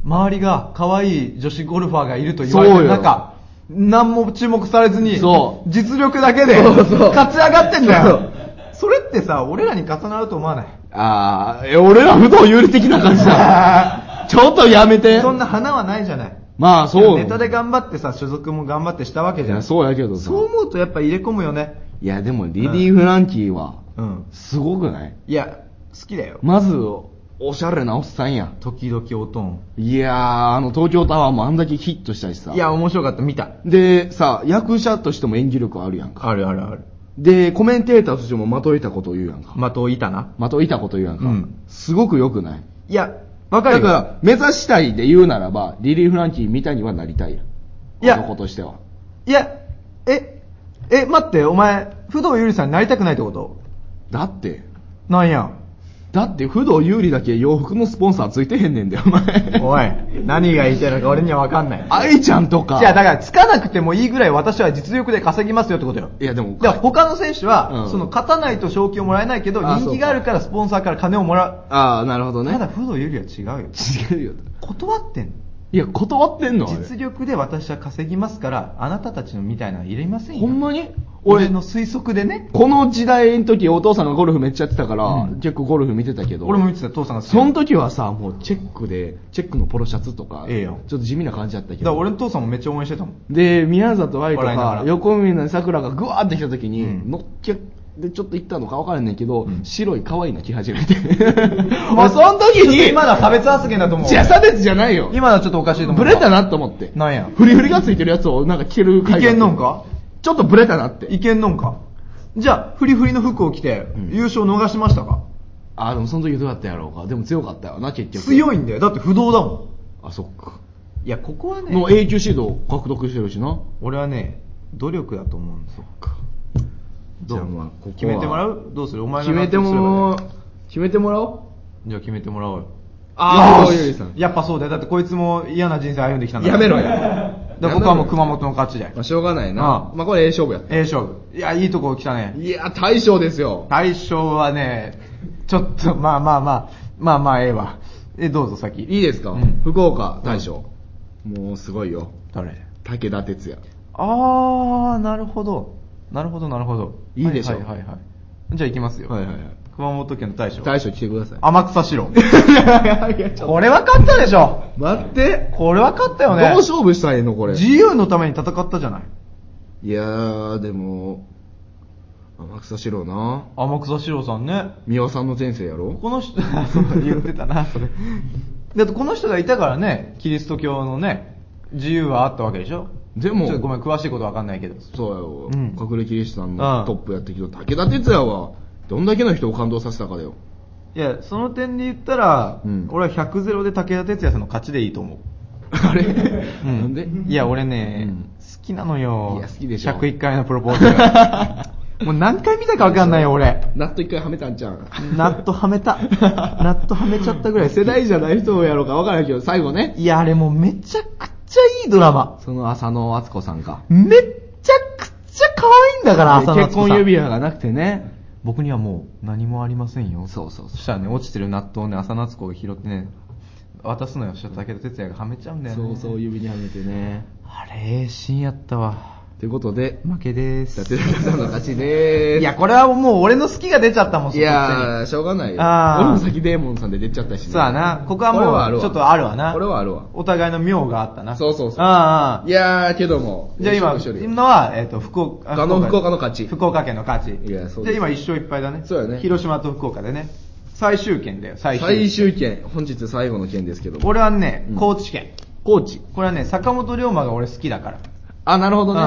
周りが可愛い女子ゴルファーがいると言われてる中、何も注目されずに、そう実力だけで、そうそう勝ち上がってんだそう。よ。それってさ、俺らに重なると思わないう あー、え、俺ら不動有利的な感じだ。 ちょっとやめて。そんな花はないじゃない。まあ、そう。ネタで頑張ってさ、所属も頑張ってしたわけいじゃや、ん。そうやけどさそう。思うとやっぱ入れ込むよね。いや、でも、リリー・フランキーは、うん。すごくないいや、好きだよ。まず、おしゃれなおっさんやん。時々おとん。いやー、あの、東京タワーもあんだけヒットしたしさ。いや、面白かった、見た。で、さ、役者としても演技力あるやんか。あるあるある。で、コメンテーターとしてもまといたこと言うやんか。的をいたな。まといたこと言うやんか。うんすごく良くないいや、わかるだよ。から、目指したいで言うならば、リリー・フランキーみたいにはなりたいやん。いや男としては。いや、え、え、待って、お前、不動ゆりさんになりたくないってことだって、なんや。だって、不動有利だけ洋服のスポンサーついてへんねんだよ、おお前。い、何が言いたいのか俺にはわかんない。愛ちゃんとか。じゃあ、だから、つかなくてもいいぐらい私は実力で稼ぎますよってことよ。いや、でも、だから他の選手は、うんその勝たないと賞金をもらえないけど、あ人気があるからスポンサーから金をもらああ、なるほどう。ね。ただ、不動ゆりは違うよ。違うよ。断ってんの。いや、断ってんのあれ実力で私は稼ぎますから、あなたたちのみたいなのいりませんほよ。んまに俺の推測でね。この時代の時、お父さんがゴルフめっちゃやってたから、うん結構ゴルフ見てたけど。俺も見てた、父さんが好きなその時はさ、もうチェックで、チェックのポロシャツとか、ええやんちょっと地味な感じだったけだからど。俺の父さんもめっちゃ応援してたもん。で、宮里愛と笑いなが、から横峯さくらがぐわーって来た時に、うん乗っけ、でちょっと行ったのか分からんねんけど、ん白い可愛いの着始めて。 俺その時に、今のは差別発言だと思う。じゃあ差別じゃないよ。今のはちょっとおかしいと思う。ブレたなと思って。なんや。フリフリがついてるやつをなんか着てるいけんのんかちょっとブレたなって。いけんのんかじゃあ、フリフリの服を着てうん、優勝逃しましたか、あー、でもその時どうやったやろうか。でも強かったよな、結局。強い。いんだよ。だって不動だもあ、そっか。ん。いや、ここはね、の永久シードを獲得してるしな。俺はね、努力だと思うんですよ。どうじゃあまあここは決めてもらうどうするお前が決めて納も得すればいい、決めてもらおう。じゃあ決めてもらおうよ。あーよしゆりさんやっぱそうだよ。だってこいつも嫌な人生歩んできたんだやめろよだから僕はもう熊本の勝ちで。まあ、しょうがないな。ああまあ、これ、ええ勝負やっええ勝負。いや、いいとこ来たねた。。いや、大将ですよ。大将はね、ちょっと、まあまあまあ、まあまあええわ。え、どうぞ先。いいですか、うん福岡大将。もう、すごいよ。誰武田鉄矢。あー、なるほど。なるほど、なるほど。いいでしょはいはいはいはい。じゃあ行きますよ。はいはいはい。熊本県の大将。大将来てください。天草四 郎。いやちょっこれ分かったでしょと待って。これ分かったどうよね。勝負したらええのこれ。自由のために戦ったじゃない。いやー、でも、天草四郎な。天草四郎さんね。三輪さんの前世やろこの人、あそう 言ってたな、それ。だってこの人がいたからね、キリスト教のね、自由はあったわけでしょでもちょっとごめん、詳しいことわかんないけど。そうやよ。うん隠れキリシタンあのあトップやってきた武田鉄矢は、どんだけの人を感動させたかだ よ。いや、その点で言ったら、うん俺は100ゼロで武田鉄矢さんの勝ちでいいと思う。あれ、うなんでいや、俺ね、うん好きなのよ。いや好きでしょ101回のプロポーズが。もう何回見たかわかんないよ、俺。ナット一回はめたんちゃうんナットはめ た。ナットはめちゃったぐらい好き世代じゃない人をやろうか分からんけど、最後ね。いや、あれもうめちゃくちゃいいドラマ。その浅野敦子さんか。めっちゃくちゃ可愛いんだから、朝の結婚指輪がなくてね。僕にはもう何もありませんよ。そうそうそしたらね、落ちてる納豆をね、浅夏子が拾ってね、渡すのよ。そしたら武田鉄矢がはめちゃうんだよね。そうそう、指にはめてね。あれ、ええシーンやったわ。ということで、負けでー伊す。達さんの勝ちでーす。いや、これはもう俺の好きが出ちゃったもん、いやー、しょうがないよ。あー俺も先デーモンさんで出ちゃったし、そうだな。ここはもう、ちょっとあるわな。これはあるわ。お互いの妙があったな。そうそうそうあああいやー、けども。あ。じゃあ今、一緒に一緒に今は、えっと、福岡。あの福岡の勝ち福岡県の勝ち。いやそうじでゃすあ今一勝一敗だね。そうだね広島と福岡でね。最終県だよ、最終最終県、本日最後の県ですけども。俺はねうん、高知県。高知。これはね、坂本龍馬が俺好きだから。あ、なるほどね。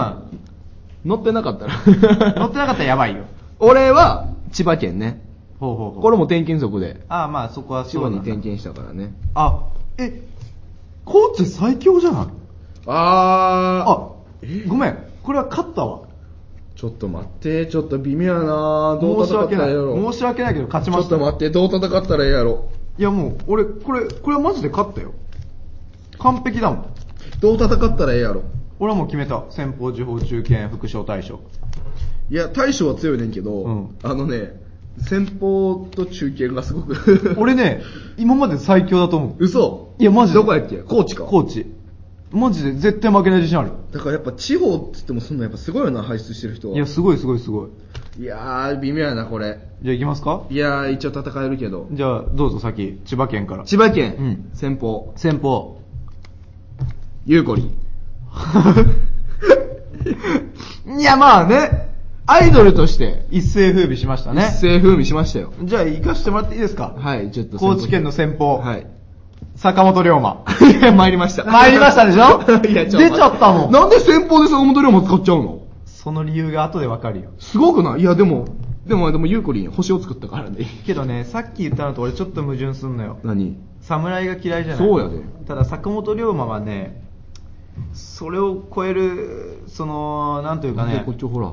乗ってなかったら。 乗ってなかったらやばいよ。俺は、千葉県ね。ほうほうほう。これも転勤族で。ああ、まあそこは千そ葉うにだ転な。勤したからね。あ、え、高知最強じゃないあー。あ、ごめん。これは勝ったわ。ちょっと待って、ちょっと微妙やなどう申し戦っ訳たらなええいやろ。。申し訳ないけど勝ちちょまっしたと。待って、どう戦ったらええやろ。いやもう、俺、これ、これはマジで勝ったよ。完璧だもん。どう戦ったらええやろ。俺はもう決めた。先方、時報、中堅、副 将、大将。いや、大将は強いねんけど、うんあのね、先方と中堅がすごく。俺ね、今まで最強だと思う。嘘いやマジでどこやっけ高知か。コーチ。マジで絶対負けない自信ある。だからやっぱ地方っつってもそんなやっぱすごいよな、排出してる人は。いや、すごいすごいすごい。いやー、微妙やな、これ。じゃあ行きますかいやー、一応戦えるけど。じゃあ、どうぞ先、千葉県から。千葉県、うん先方、先方。ゆうこりん。 いや、まあね、アイドルとして、一世風靡しましたね。一世風靡しましたよ。じゃあ、行かしてもらっていいですかはい、ちょっと先方。高知県の先方。はい。坂本龍馬。 いや、参りました。参りましたでしょ いや、出ちゃったもんなんで先方で坂本龍馬使っちゃうのその理由が後でわかるよ。すごくないいや、でも、でも、でも、ゆうこりん、星を作ったからね。けどね、さっき言ったのと俺ちょっと矛盾すんのよ。何侍が嫌いじゃないそうやでただ坂本龍馬はねそれを超えるそのなんというかねこっちほら。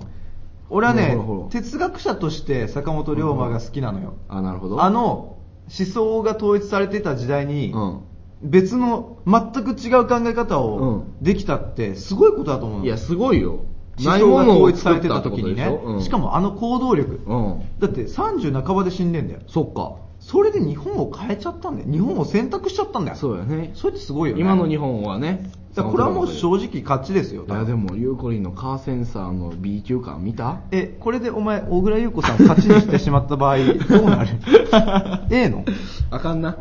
俺はねほらほらほら哲学者として坂本龍馬が好きなのよあ、なるほど。あ、の思想が統一されてた時代に、う別の全く違う考え方をうできたってすごいことだと思うのん。いや、すごいよ。思想が統一されてた時にねないものを作ったってことでょうんしかもあの行動力、うん。だって30半ばで死んでんだよそっか。それで日本を変えちゃったんだよ日本を選択しちゃったんだよそうやね。それってすごいよね今の日本はね。だからこれはもう正直勝ちですよ。いや、でも、ゆうこりんのカーセンサーの B 級感見たえ、これでお前、小倉優子さん勝ちにしてしまった場合、どうな るええのうん。あかんな。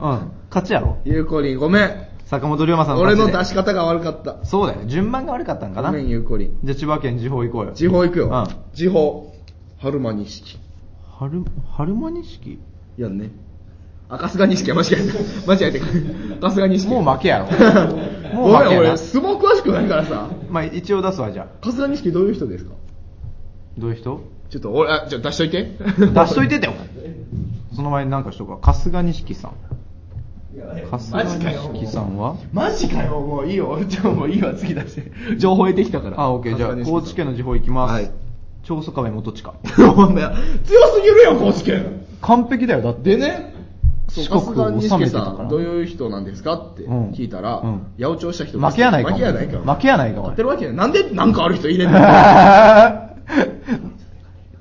勝ちやろ。ゆうこりん、ごめん。坂本龍馬さんの俺勝ちので出し方が悪かった。そうだよ。順番が悪かったんかごな。めん、じゆうこりん。ゃあ千葉県地方行こうよ。地方行くよ。うん地方。春間錦。春、春間錦やんね。あ、春日錦や、間違え た。間違えてた。春日錦。。もう負けやろ もう負ごけめん、やな俺、。相撲詳しくないからさ。まあ一応出すわ、じゃあ。春日錦どういう人ですかどういう人ちょっと、俺、あ、ちょ、出しといて。出しといてて、お前その前に何かしとくか。春日錦さん。春日錦さんはマジかよ、もういいよ。じゃあもういいわ、次出して。情報得てきたから。あ、オッケー。じゃあ、高知県の地方行きます。はい 長宗我部元親。の。お前強すぎるよ、高知県。完璧だよ、だっでて。ね、そう四国を治めてた春日か錦らどういう人なんですかってうん聞いたら、うん八百長した人です負けやないか。負けやないか。負けやないか、合おっいてるわけやない。なんで、なんかある人入れん の八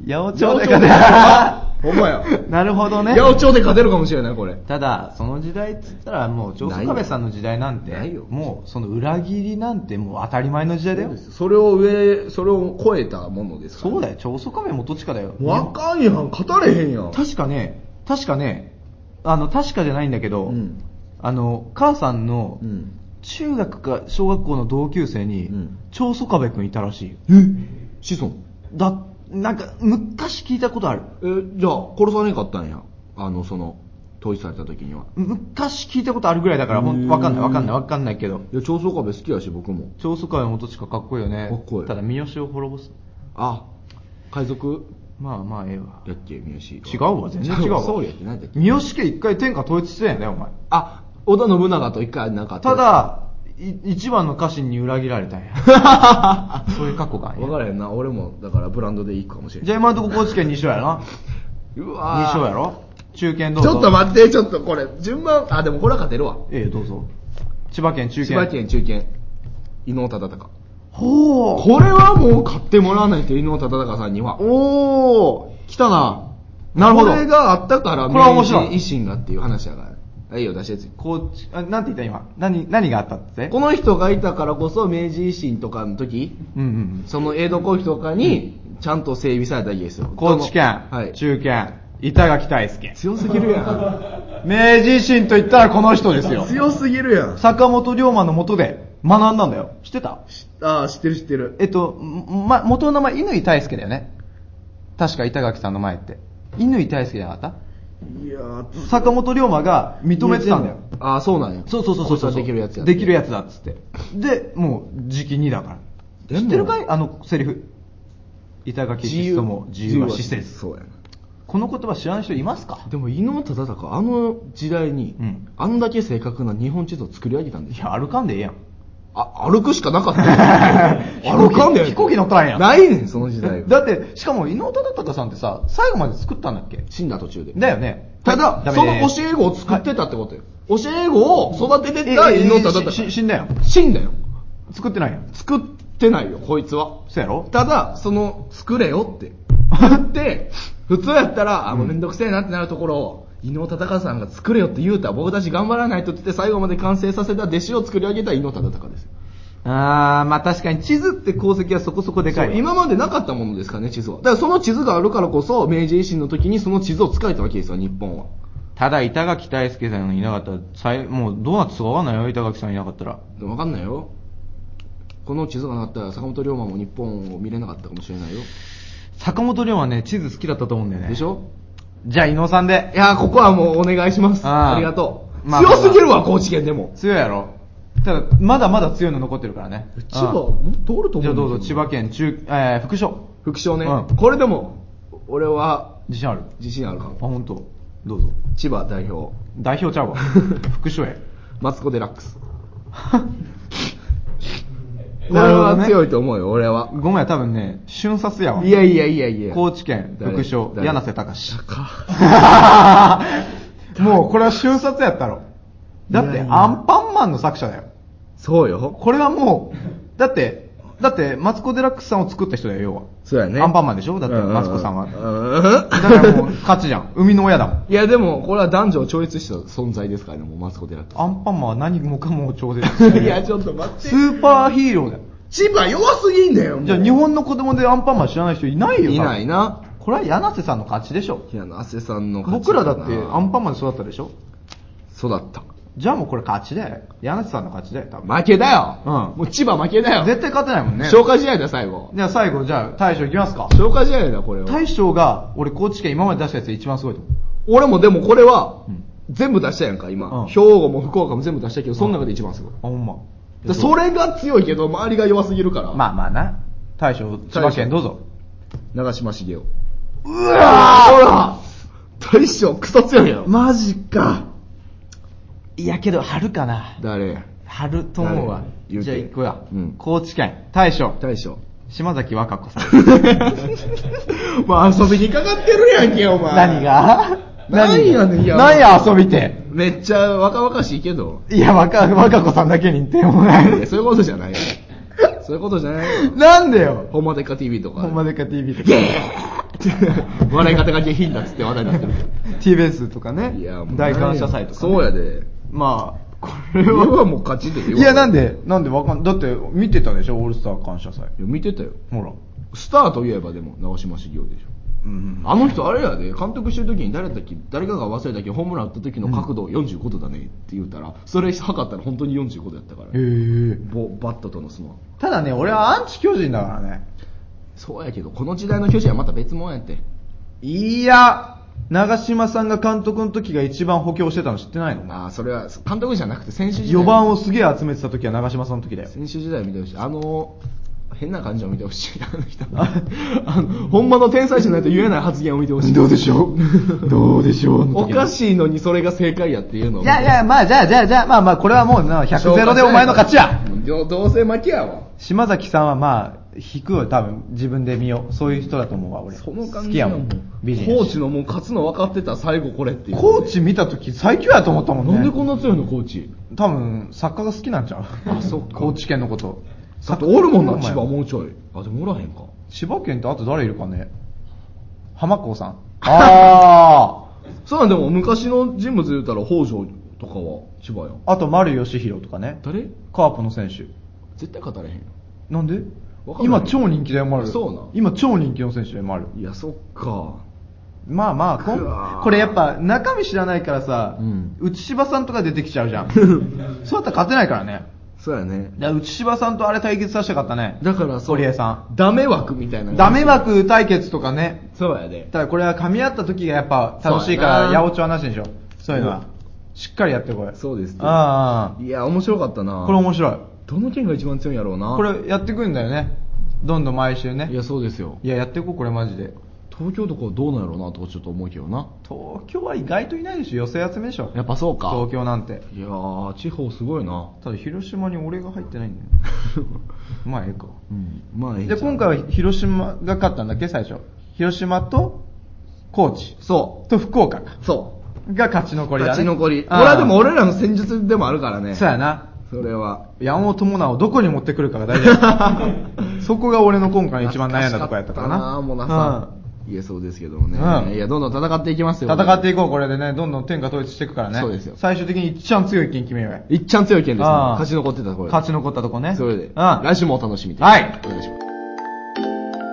百長で八百か 長ほんまや。なるほどね八。百長で勝てるかもしれない、これ。ただ、その時代っつったら、もう、長宗我部さんの時代なんてないよ、もう、その裏切りなんてもう当たり前の時代だよ。それを上、それを超えたものですから。そうだよ、長宗我部元親だよ。わかんやん、勝たれへんやん。確かね、確かね、あの、確かじゃないんだけど、うんあの、母さんのうん。中学か小学校の同級生に、うん長宗我部君いたらしいよ。え子孫だ、なんか、昔聞いたことある。え、じゃあ、殺さねえかったんや。あの、その、統一された時には。昔聞いたことあるぐらいだから、ほんわかんないわかんないわかんないけど。いや、長宗我部好きやし、僕も。長宗我部元親かっこいいよね。かっこいいただ、三好を滅ぼす。あ、海賊まあまあ、ええわ。やっけ、三好。違うわ、全然違 うわ。僧侶やってなんだっけ三好家一回天下統一してんやね、お前。あ、織田信長と一回なんか。た、だ、い一番の家臣に裏切られたんや。 そういう過去があんやわからへんな、俺も、だからブランドで行くかもしれん。じゃあ今んとこ高知県2勝やな。う2わ勝やろろ中堅どちうぞ。ょっと待って、ちょっとこれ、順番、あ、でもこれは勝てるわ。ええ、どうぞ。千葉県中堅。千葉。県中堅、伊能忠敬。ほう。これはもう買ってもらわないと、伊能忠敬さんには。おー、来たな。なるほど。これがあったから、これは面白い明治維新がっていう話やから。いいよ、出して次。高知、あ、なんて言った今。何、何があったってこの人がいたからこそ、明治維新とかの時、うんうんうん。その江戸後期とかに、ちゃんと整備された家ですよ。高知県、はい。中堅、板垣大輔。強すぎ るやん。明治維新と言ったらこの人ですよ。強すぎるやん。坂本龍馬の下で学んだんだよ。知ってたああ、知ってる知ってる。えっと、んま、元の名前、乾大輔だよね。確か板垣さんの前って。乾大輔じゃなかっいやーた坂本龍馬が認めてたんだよ。。ああ、そうなんや。そうそうそうそうこいつはできるやつや。できるやつだっつって。で、もう、時期2だから。でも知ってるかいあの、セリフ。板垣自一由人も自由は死せず。そうやな。この言葉知らない人いますかでも伊能忠敬あの時代に、うんあんだけ正確な日本地図を作り上げたんでいすよや、歩かんでええやん。あ、歩くしかなかったよ 歩かんねん。飛行機乗ったんやないねん、その時代は。だって、しかも、伊能忠敬さんってさ、最後まで作ったんだっけ死んだ途中で。だよね。ただ、はいダメそのです教え子を作ってたってことよ。教え子を育ててたええ犬ただったしし死んだよ。死んだよ。作ってないやん。作ってないよ、こいつは。そうやろただ、その、作れよって言って、普通やったら、あ、もうめんどくせえなってなるところを、伊能忠敬さんが作れよって言うたら、僕たち頑張らないとって言って最後まで完成させた弟子を作り上げた伊能忠敬ですよ。あー、まあ確かに地図って功績はそこそこでかそうい。今までなかったものですからね、地図は。だからその地図があるからこそ、明治維新の時にその地図を使えたわけですよ、日本は。ただ板垣大輔さんがいなかったら、最もうどうなってかわかんないよ、板垣さんいなかったら。でもわかんないよ。この地図がなかったら坂本龍馬も日本を見れなかったかもしれないよ。坂本龍馬ね、地図好きだったと思うんだよね。でしょじゃあ、伊能さんで。いやー、ここはもうお願いします。ああーりがとう。まあ強すぎるわ、高知県でも。強いやろ。ただ、まだまだ強いの残ってるからね。千葉、通ると思う。じゃあどうぞ、千。葉県中、えー、副所。副将ね、うんこれでも、俺は自信あるあ、自信あるかも。本 当。どうぞ。千葉代 表、代表ちゃうわ。副所へ。マツコ・デラッ クス。これなるほどねは強いと思うよ、俺は。ごめん、多分ね、瞬殺やわ。いやいやいやいや。高知県誰副所、誰柳瀬隆史。か。もうこれは瞬殺やったろ。だっいて、やいやアンパンマンの作者だよ。そうよ。これはもう、だって、だって、マツコ・デラックスさんを作った人だよ、要は。そうやね。アンパンマンでしょだってうんうんうんマツコさんはうんだからもう、勝ちじゃん。生みの親だもん。 いやでも、これは男女を超越した存在ですからね、もうマツコデラックアンパンマンは何もかもを超絶す ス。る。いや、ちょっと待って。スーパーヒーローだよ。千葉弱すぎんだよ、もうじゃあ日本の子供でアンパンマン知らない人いないよ。いないな。な。これは柳瀬さんの勝ちでしょ。平野汗さんの勝ち僕らだってアンパパンマンで育ったでしょ。育った。じゃあもうこれ勝ちだよ。柳瀬さんの勝ちだよ、多分。負けだよ。うんもう千葉負けだよ。絶対勝てないもんね。消化試合だ、最後。じゃあ最後、じゃあ大将いきますか。消化試合だ、これは。大将が、俺高知県今まで出したやつで一番すごいと思う。俺もでもこれはうん、全部出したやんか、今。うん兵庫も福岡も全部出したけど、その中で一番すごい。あ、ほんま。でそれが強いけど、周りが弱すぎるから。まあまあな。大将、千葉県どうぞ。長嶋茂雄。うわほら大将、クソ強いやろ。マジか。いやけど、春かな。誰春と思うわ誰。言うてじゃあ行くわうん。高知県、大将、大将。 島崎和歌子さん。まあ遊びにかかってるやんけ、お前。何が何やねんいや何や遊びて。めっちゃ若々しいけど。いや、和歌、和歌子さんだけに言って もないやい。そういうことじゃないよ。そういうことじゃないよ。なんでよ。ほんまでっか TV とか。ほんまでか TV とか。 笑い方が下品だっつって話題になってる。 TBS とかね。いや、もう。大感謝祭とか、ね。そうや。で。まあ、これ俺は。はもう勝ちでよ。いや、なんで、なんでわかん、だって見てたでしょ、オールスター感謝い祭。や見てたよ。ほら。スターといえばでも、長嶋茂雄でしょ。うん。あの人あれやで、監督してる時に誰だっけ、誰かが忘れたっけ、ホームラン打った時の角度45度だねって言うたら、それ測ったら本当に45度やったからへ。え。ボバットとのその。ただね、俺はアンチ巨人だからね。そうやけど、この時代の巨人はまた別物やって。いや、長嶋さんが監督の時が一番補強してたの知ってないのまあ、それは、監督じゃなくて選手時代。 4番をすげえ集めてた時は長嶋さんの時だよ。選手時代見てほしい。あの、変な感じを見てほしい。あの人。 あの、ほんまの天才じゃないと言えない発言を見てほしい。どうでしょうどうでしょうおかしいのにそれが正解やっていうのをいやいや、まあじゃあじゃあじゃあ、まあまあこれはもうな100ゼロでお前の勝ちやどどうせ負けやわ。島崎さんはまあ、引くよ、多分自分で見よう。そういう人だと思うわ、俺。その感好じきやはももんう。美人やしコーチのもう勝つの分かってた最後これっていう。コーチ見た時最強やと思ったもんね。なんでこんな強いのコーチ。多分、作家が好きなんちゃうあそっか高知県のこと。だっておるもんな、お前千葉もうちょい。あ、でもおらへんか。千葉県ってあと誰いるかね浜子さん。あそうなんでも昔の人物で言うたら北条とかは千葉やん。あ。あと、丸義弘とかね。誰カープの選手。絶対勝たれへん。なんでわかんない今超人気だよ、丸。そうなん今超人気の選手だよ、丸。いや、そっか。まあまあ、こうわんーこれやっぱ中身知らないからさ、うん内柴さんとか出てきちゃうじゃん。 そうだったら勝てないからね。そうやね。だから内柴さんとあれ対決させたかったね。だからそう堀江さダメ枠みたいな。ん。ダメ。枠対決とかね。そうやで。ただこれは噛み合った時がやっぱ楽しいかそら、うやな八百長なしでしょ。そういうのうはん。しっかりやってこい。そうですねあいや、面白かったな。あ。これ面白い。どの県が一番強いんやろうな。こ。れやってくんだよね。どんどん毎週ね。いや、そうですよ。いや、やっていこう、これマジで。東京とかどうなんやろうなとかちょっと思うけどな。東京は意外といないでしょ寄せ集めでしょやっぱそうか。東京なんていやー、地方すごいな。ただ広島に俺が入ってな いんだよまあええかうん。まあ、ええじゃでん今回は広島が勝ったんだっけ最初広島と高知そと福岡かう。そが勝ち残う。りだね勝ち残り。こあれーはでも俺らの戦術でもあるからね。そうやなそれは。山本智奈をどこに持ってくるかが大事 だそこが俺の今回一番悩んだとこやったからなああ、もうなさ、ん、言えそうですけどもね。うんいや、どんどん戦っていきますうんよ。戦っていいこうこれでねどんどん天下統一していくからねそうですよ最終的に一番強い県決めようやいっちゃん強い県ですね。あー勝ち残ってたところで勝ち残ったとこねそれで、うん来週もお楽しみとうはいお願いします。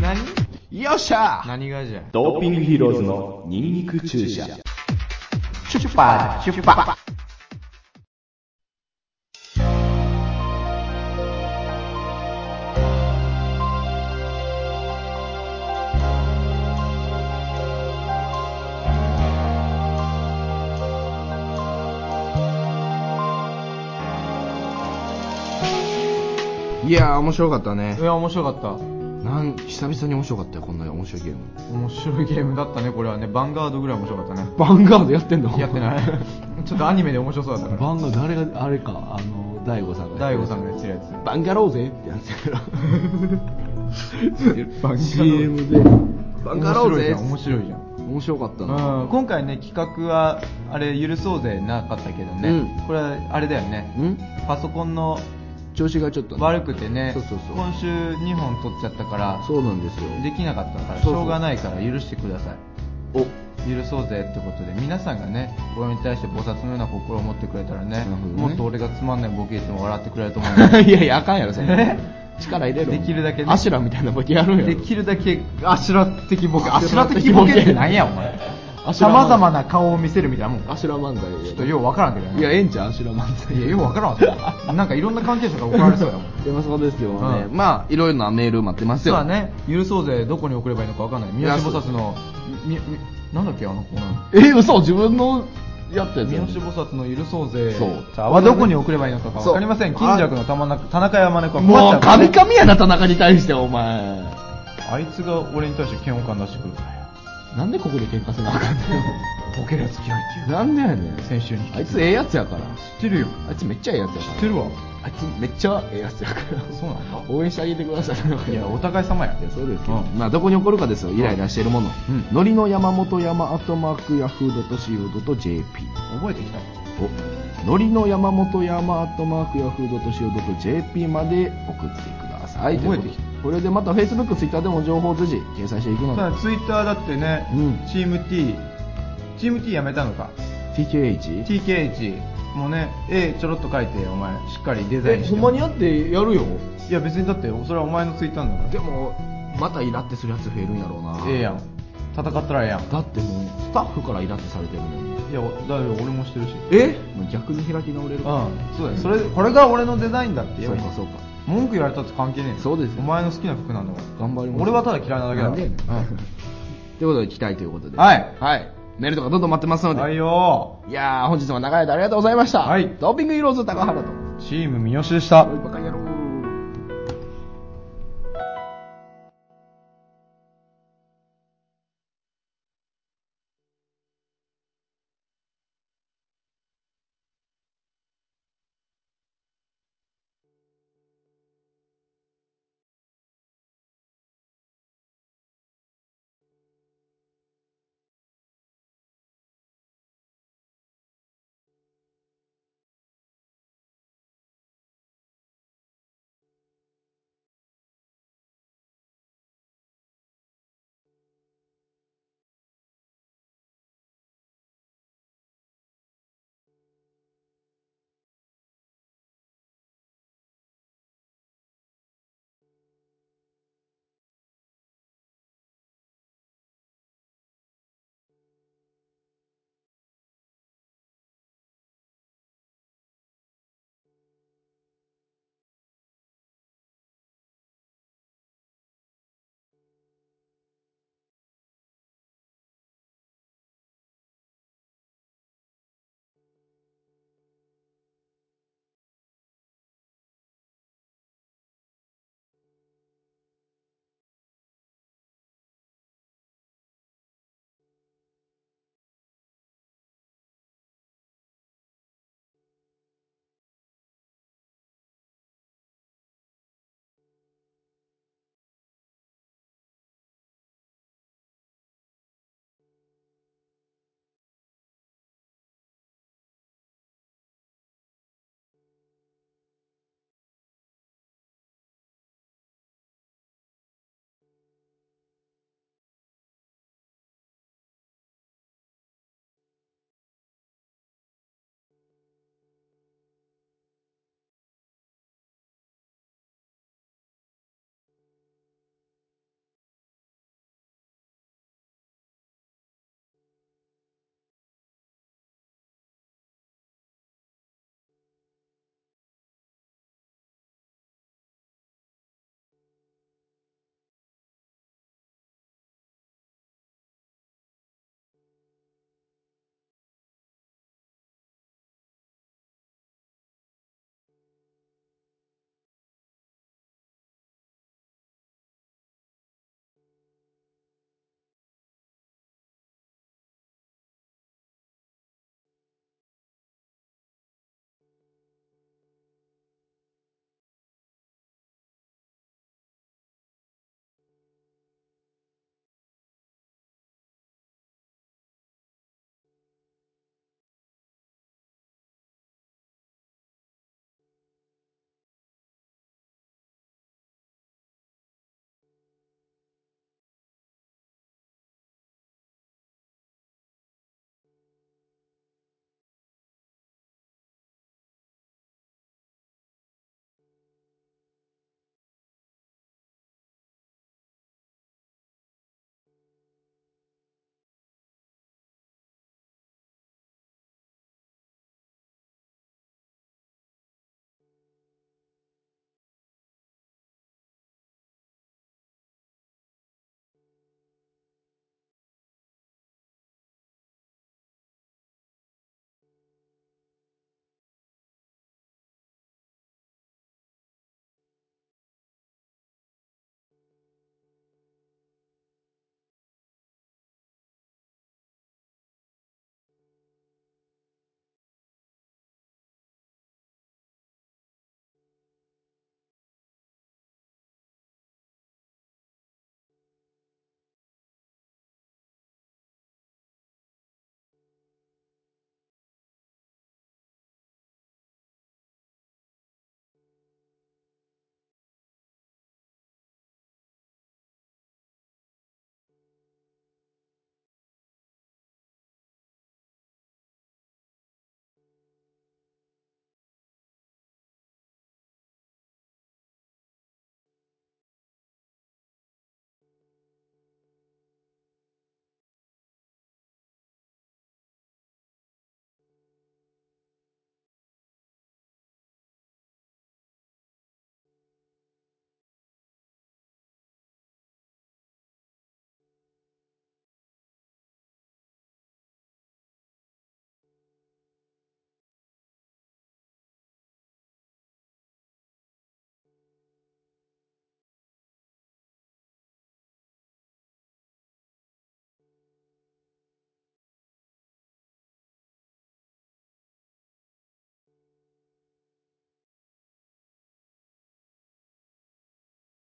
何よっしゃ 何がじゃドーピングヒーローズのニンニク注射。チュッパーチュッパーいやー、面白かったねい。や面白かったなん、久々に面白かったよ、こんな面白いゲーム。面白いゲームだったねこれはねヴァンガードぐらい面白かったねバンガードやってんのやってないちょっとアニメで面白そうだったからバンガ誰が、あれか、あの、大悟さんが。大悟さんがやってるやつバンガローぜってやつやから。バンガロー CM で。バンガローぜ面白いじゃん面面白かった白いじゃな。ん、うん、今回ね企画はあれ許そうぜなかったけどね、うんこれはあれだよねうんパソコンの調子がちょっとね悪くてねそうそうそう今週2本取っちゃったからそうなんですよ。できなかったからそうそうしょうがないから許してくださいお、許そうぜってことで皆さんがね俺に対して菩薩のような心を持ってくれたらねなるほどねもっと俺がつまんないボケ言っても笑ってくれると思うんだけ いやいや、あかんやろ、そんなえ力入れろ。できるだけねアシュラみたいなボケやるんどやろ。できるだけあしら的ボケあしら的的ボボケケって何やお前あしらさ漫ま才ざまな顔を見せるみたいなもんアちシュラ漫才やろょっとようわからんけどねいや、ええんちゃうアシュラ漫才。いやようわからんわそ れなんかいろんな関係者が怒られそうやもんでもそうですけどね、うんまあいろいろなメール待ってますそうよだね許そうぜどこに送ればいいのかわかんない宮内菩薩のみみなんだっけあの子なえ嘘自分のやったやつ宮や内菩薩の許そうぜそうはどこに送ればいいのかがわかりませんそう金弱の玉中田中山根君もう困っちゃう神々やな田中に対してお前あいつが俺に対して嫌悪感出してくるからよなんでここで喧嘩せなあかんの ボケるやつ嫌いっていうなんでやねん先週に知あいつええやつやからってるよあいつめっちゃええやつやか知らってるわあいつめっちゃええやつやからそうなん応援してあげてくださいだいやお互い様やいやそうですけうど、んまあどこに起こるかですよイライラしてるもの、うんのりの山本山アットマークヤフー .co.jp 覚えてきたおのりの山本山アットマークヤフー .co.jp まで送ってください覚えてというきことでたこれでまた Facebook、Twitter でも情報を随時掲載していくのさであツイッターだってね、うんチーム T チーム T やめたのか TKH? TKH もうね絵ちょろっと書いてお前しっかりデザインしてやってやるよいや別にだってそれはお前のツイッターなんだかでもまたイラってするやつ増えるんやろうならええやん戦ったらええやんだってもうスタッフからイラってされてるのにいやおだよ俺もしてるしえ逆に開き直れうるんそうだよそれこれが俺のデザインだって言そえばういいかそうか文句言われたって関係ねえよそうですよお前の好きな服なんだから頑張ります俺はただ嫌いなだけだなんで やねんからということで期待ということでははいはいメールとかどんどん待ってますうのんで、はいよいやー本日も長い間ありがとうございました、はいドーピングイローズ高原とーチーム三好でしたバイバイ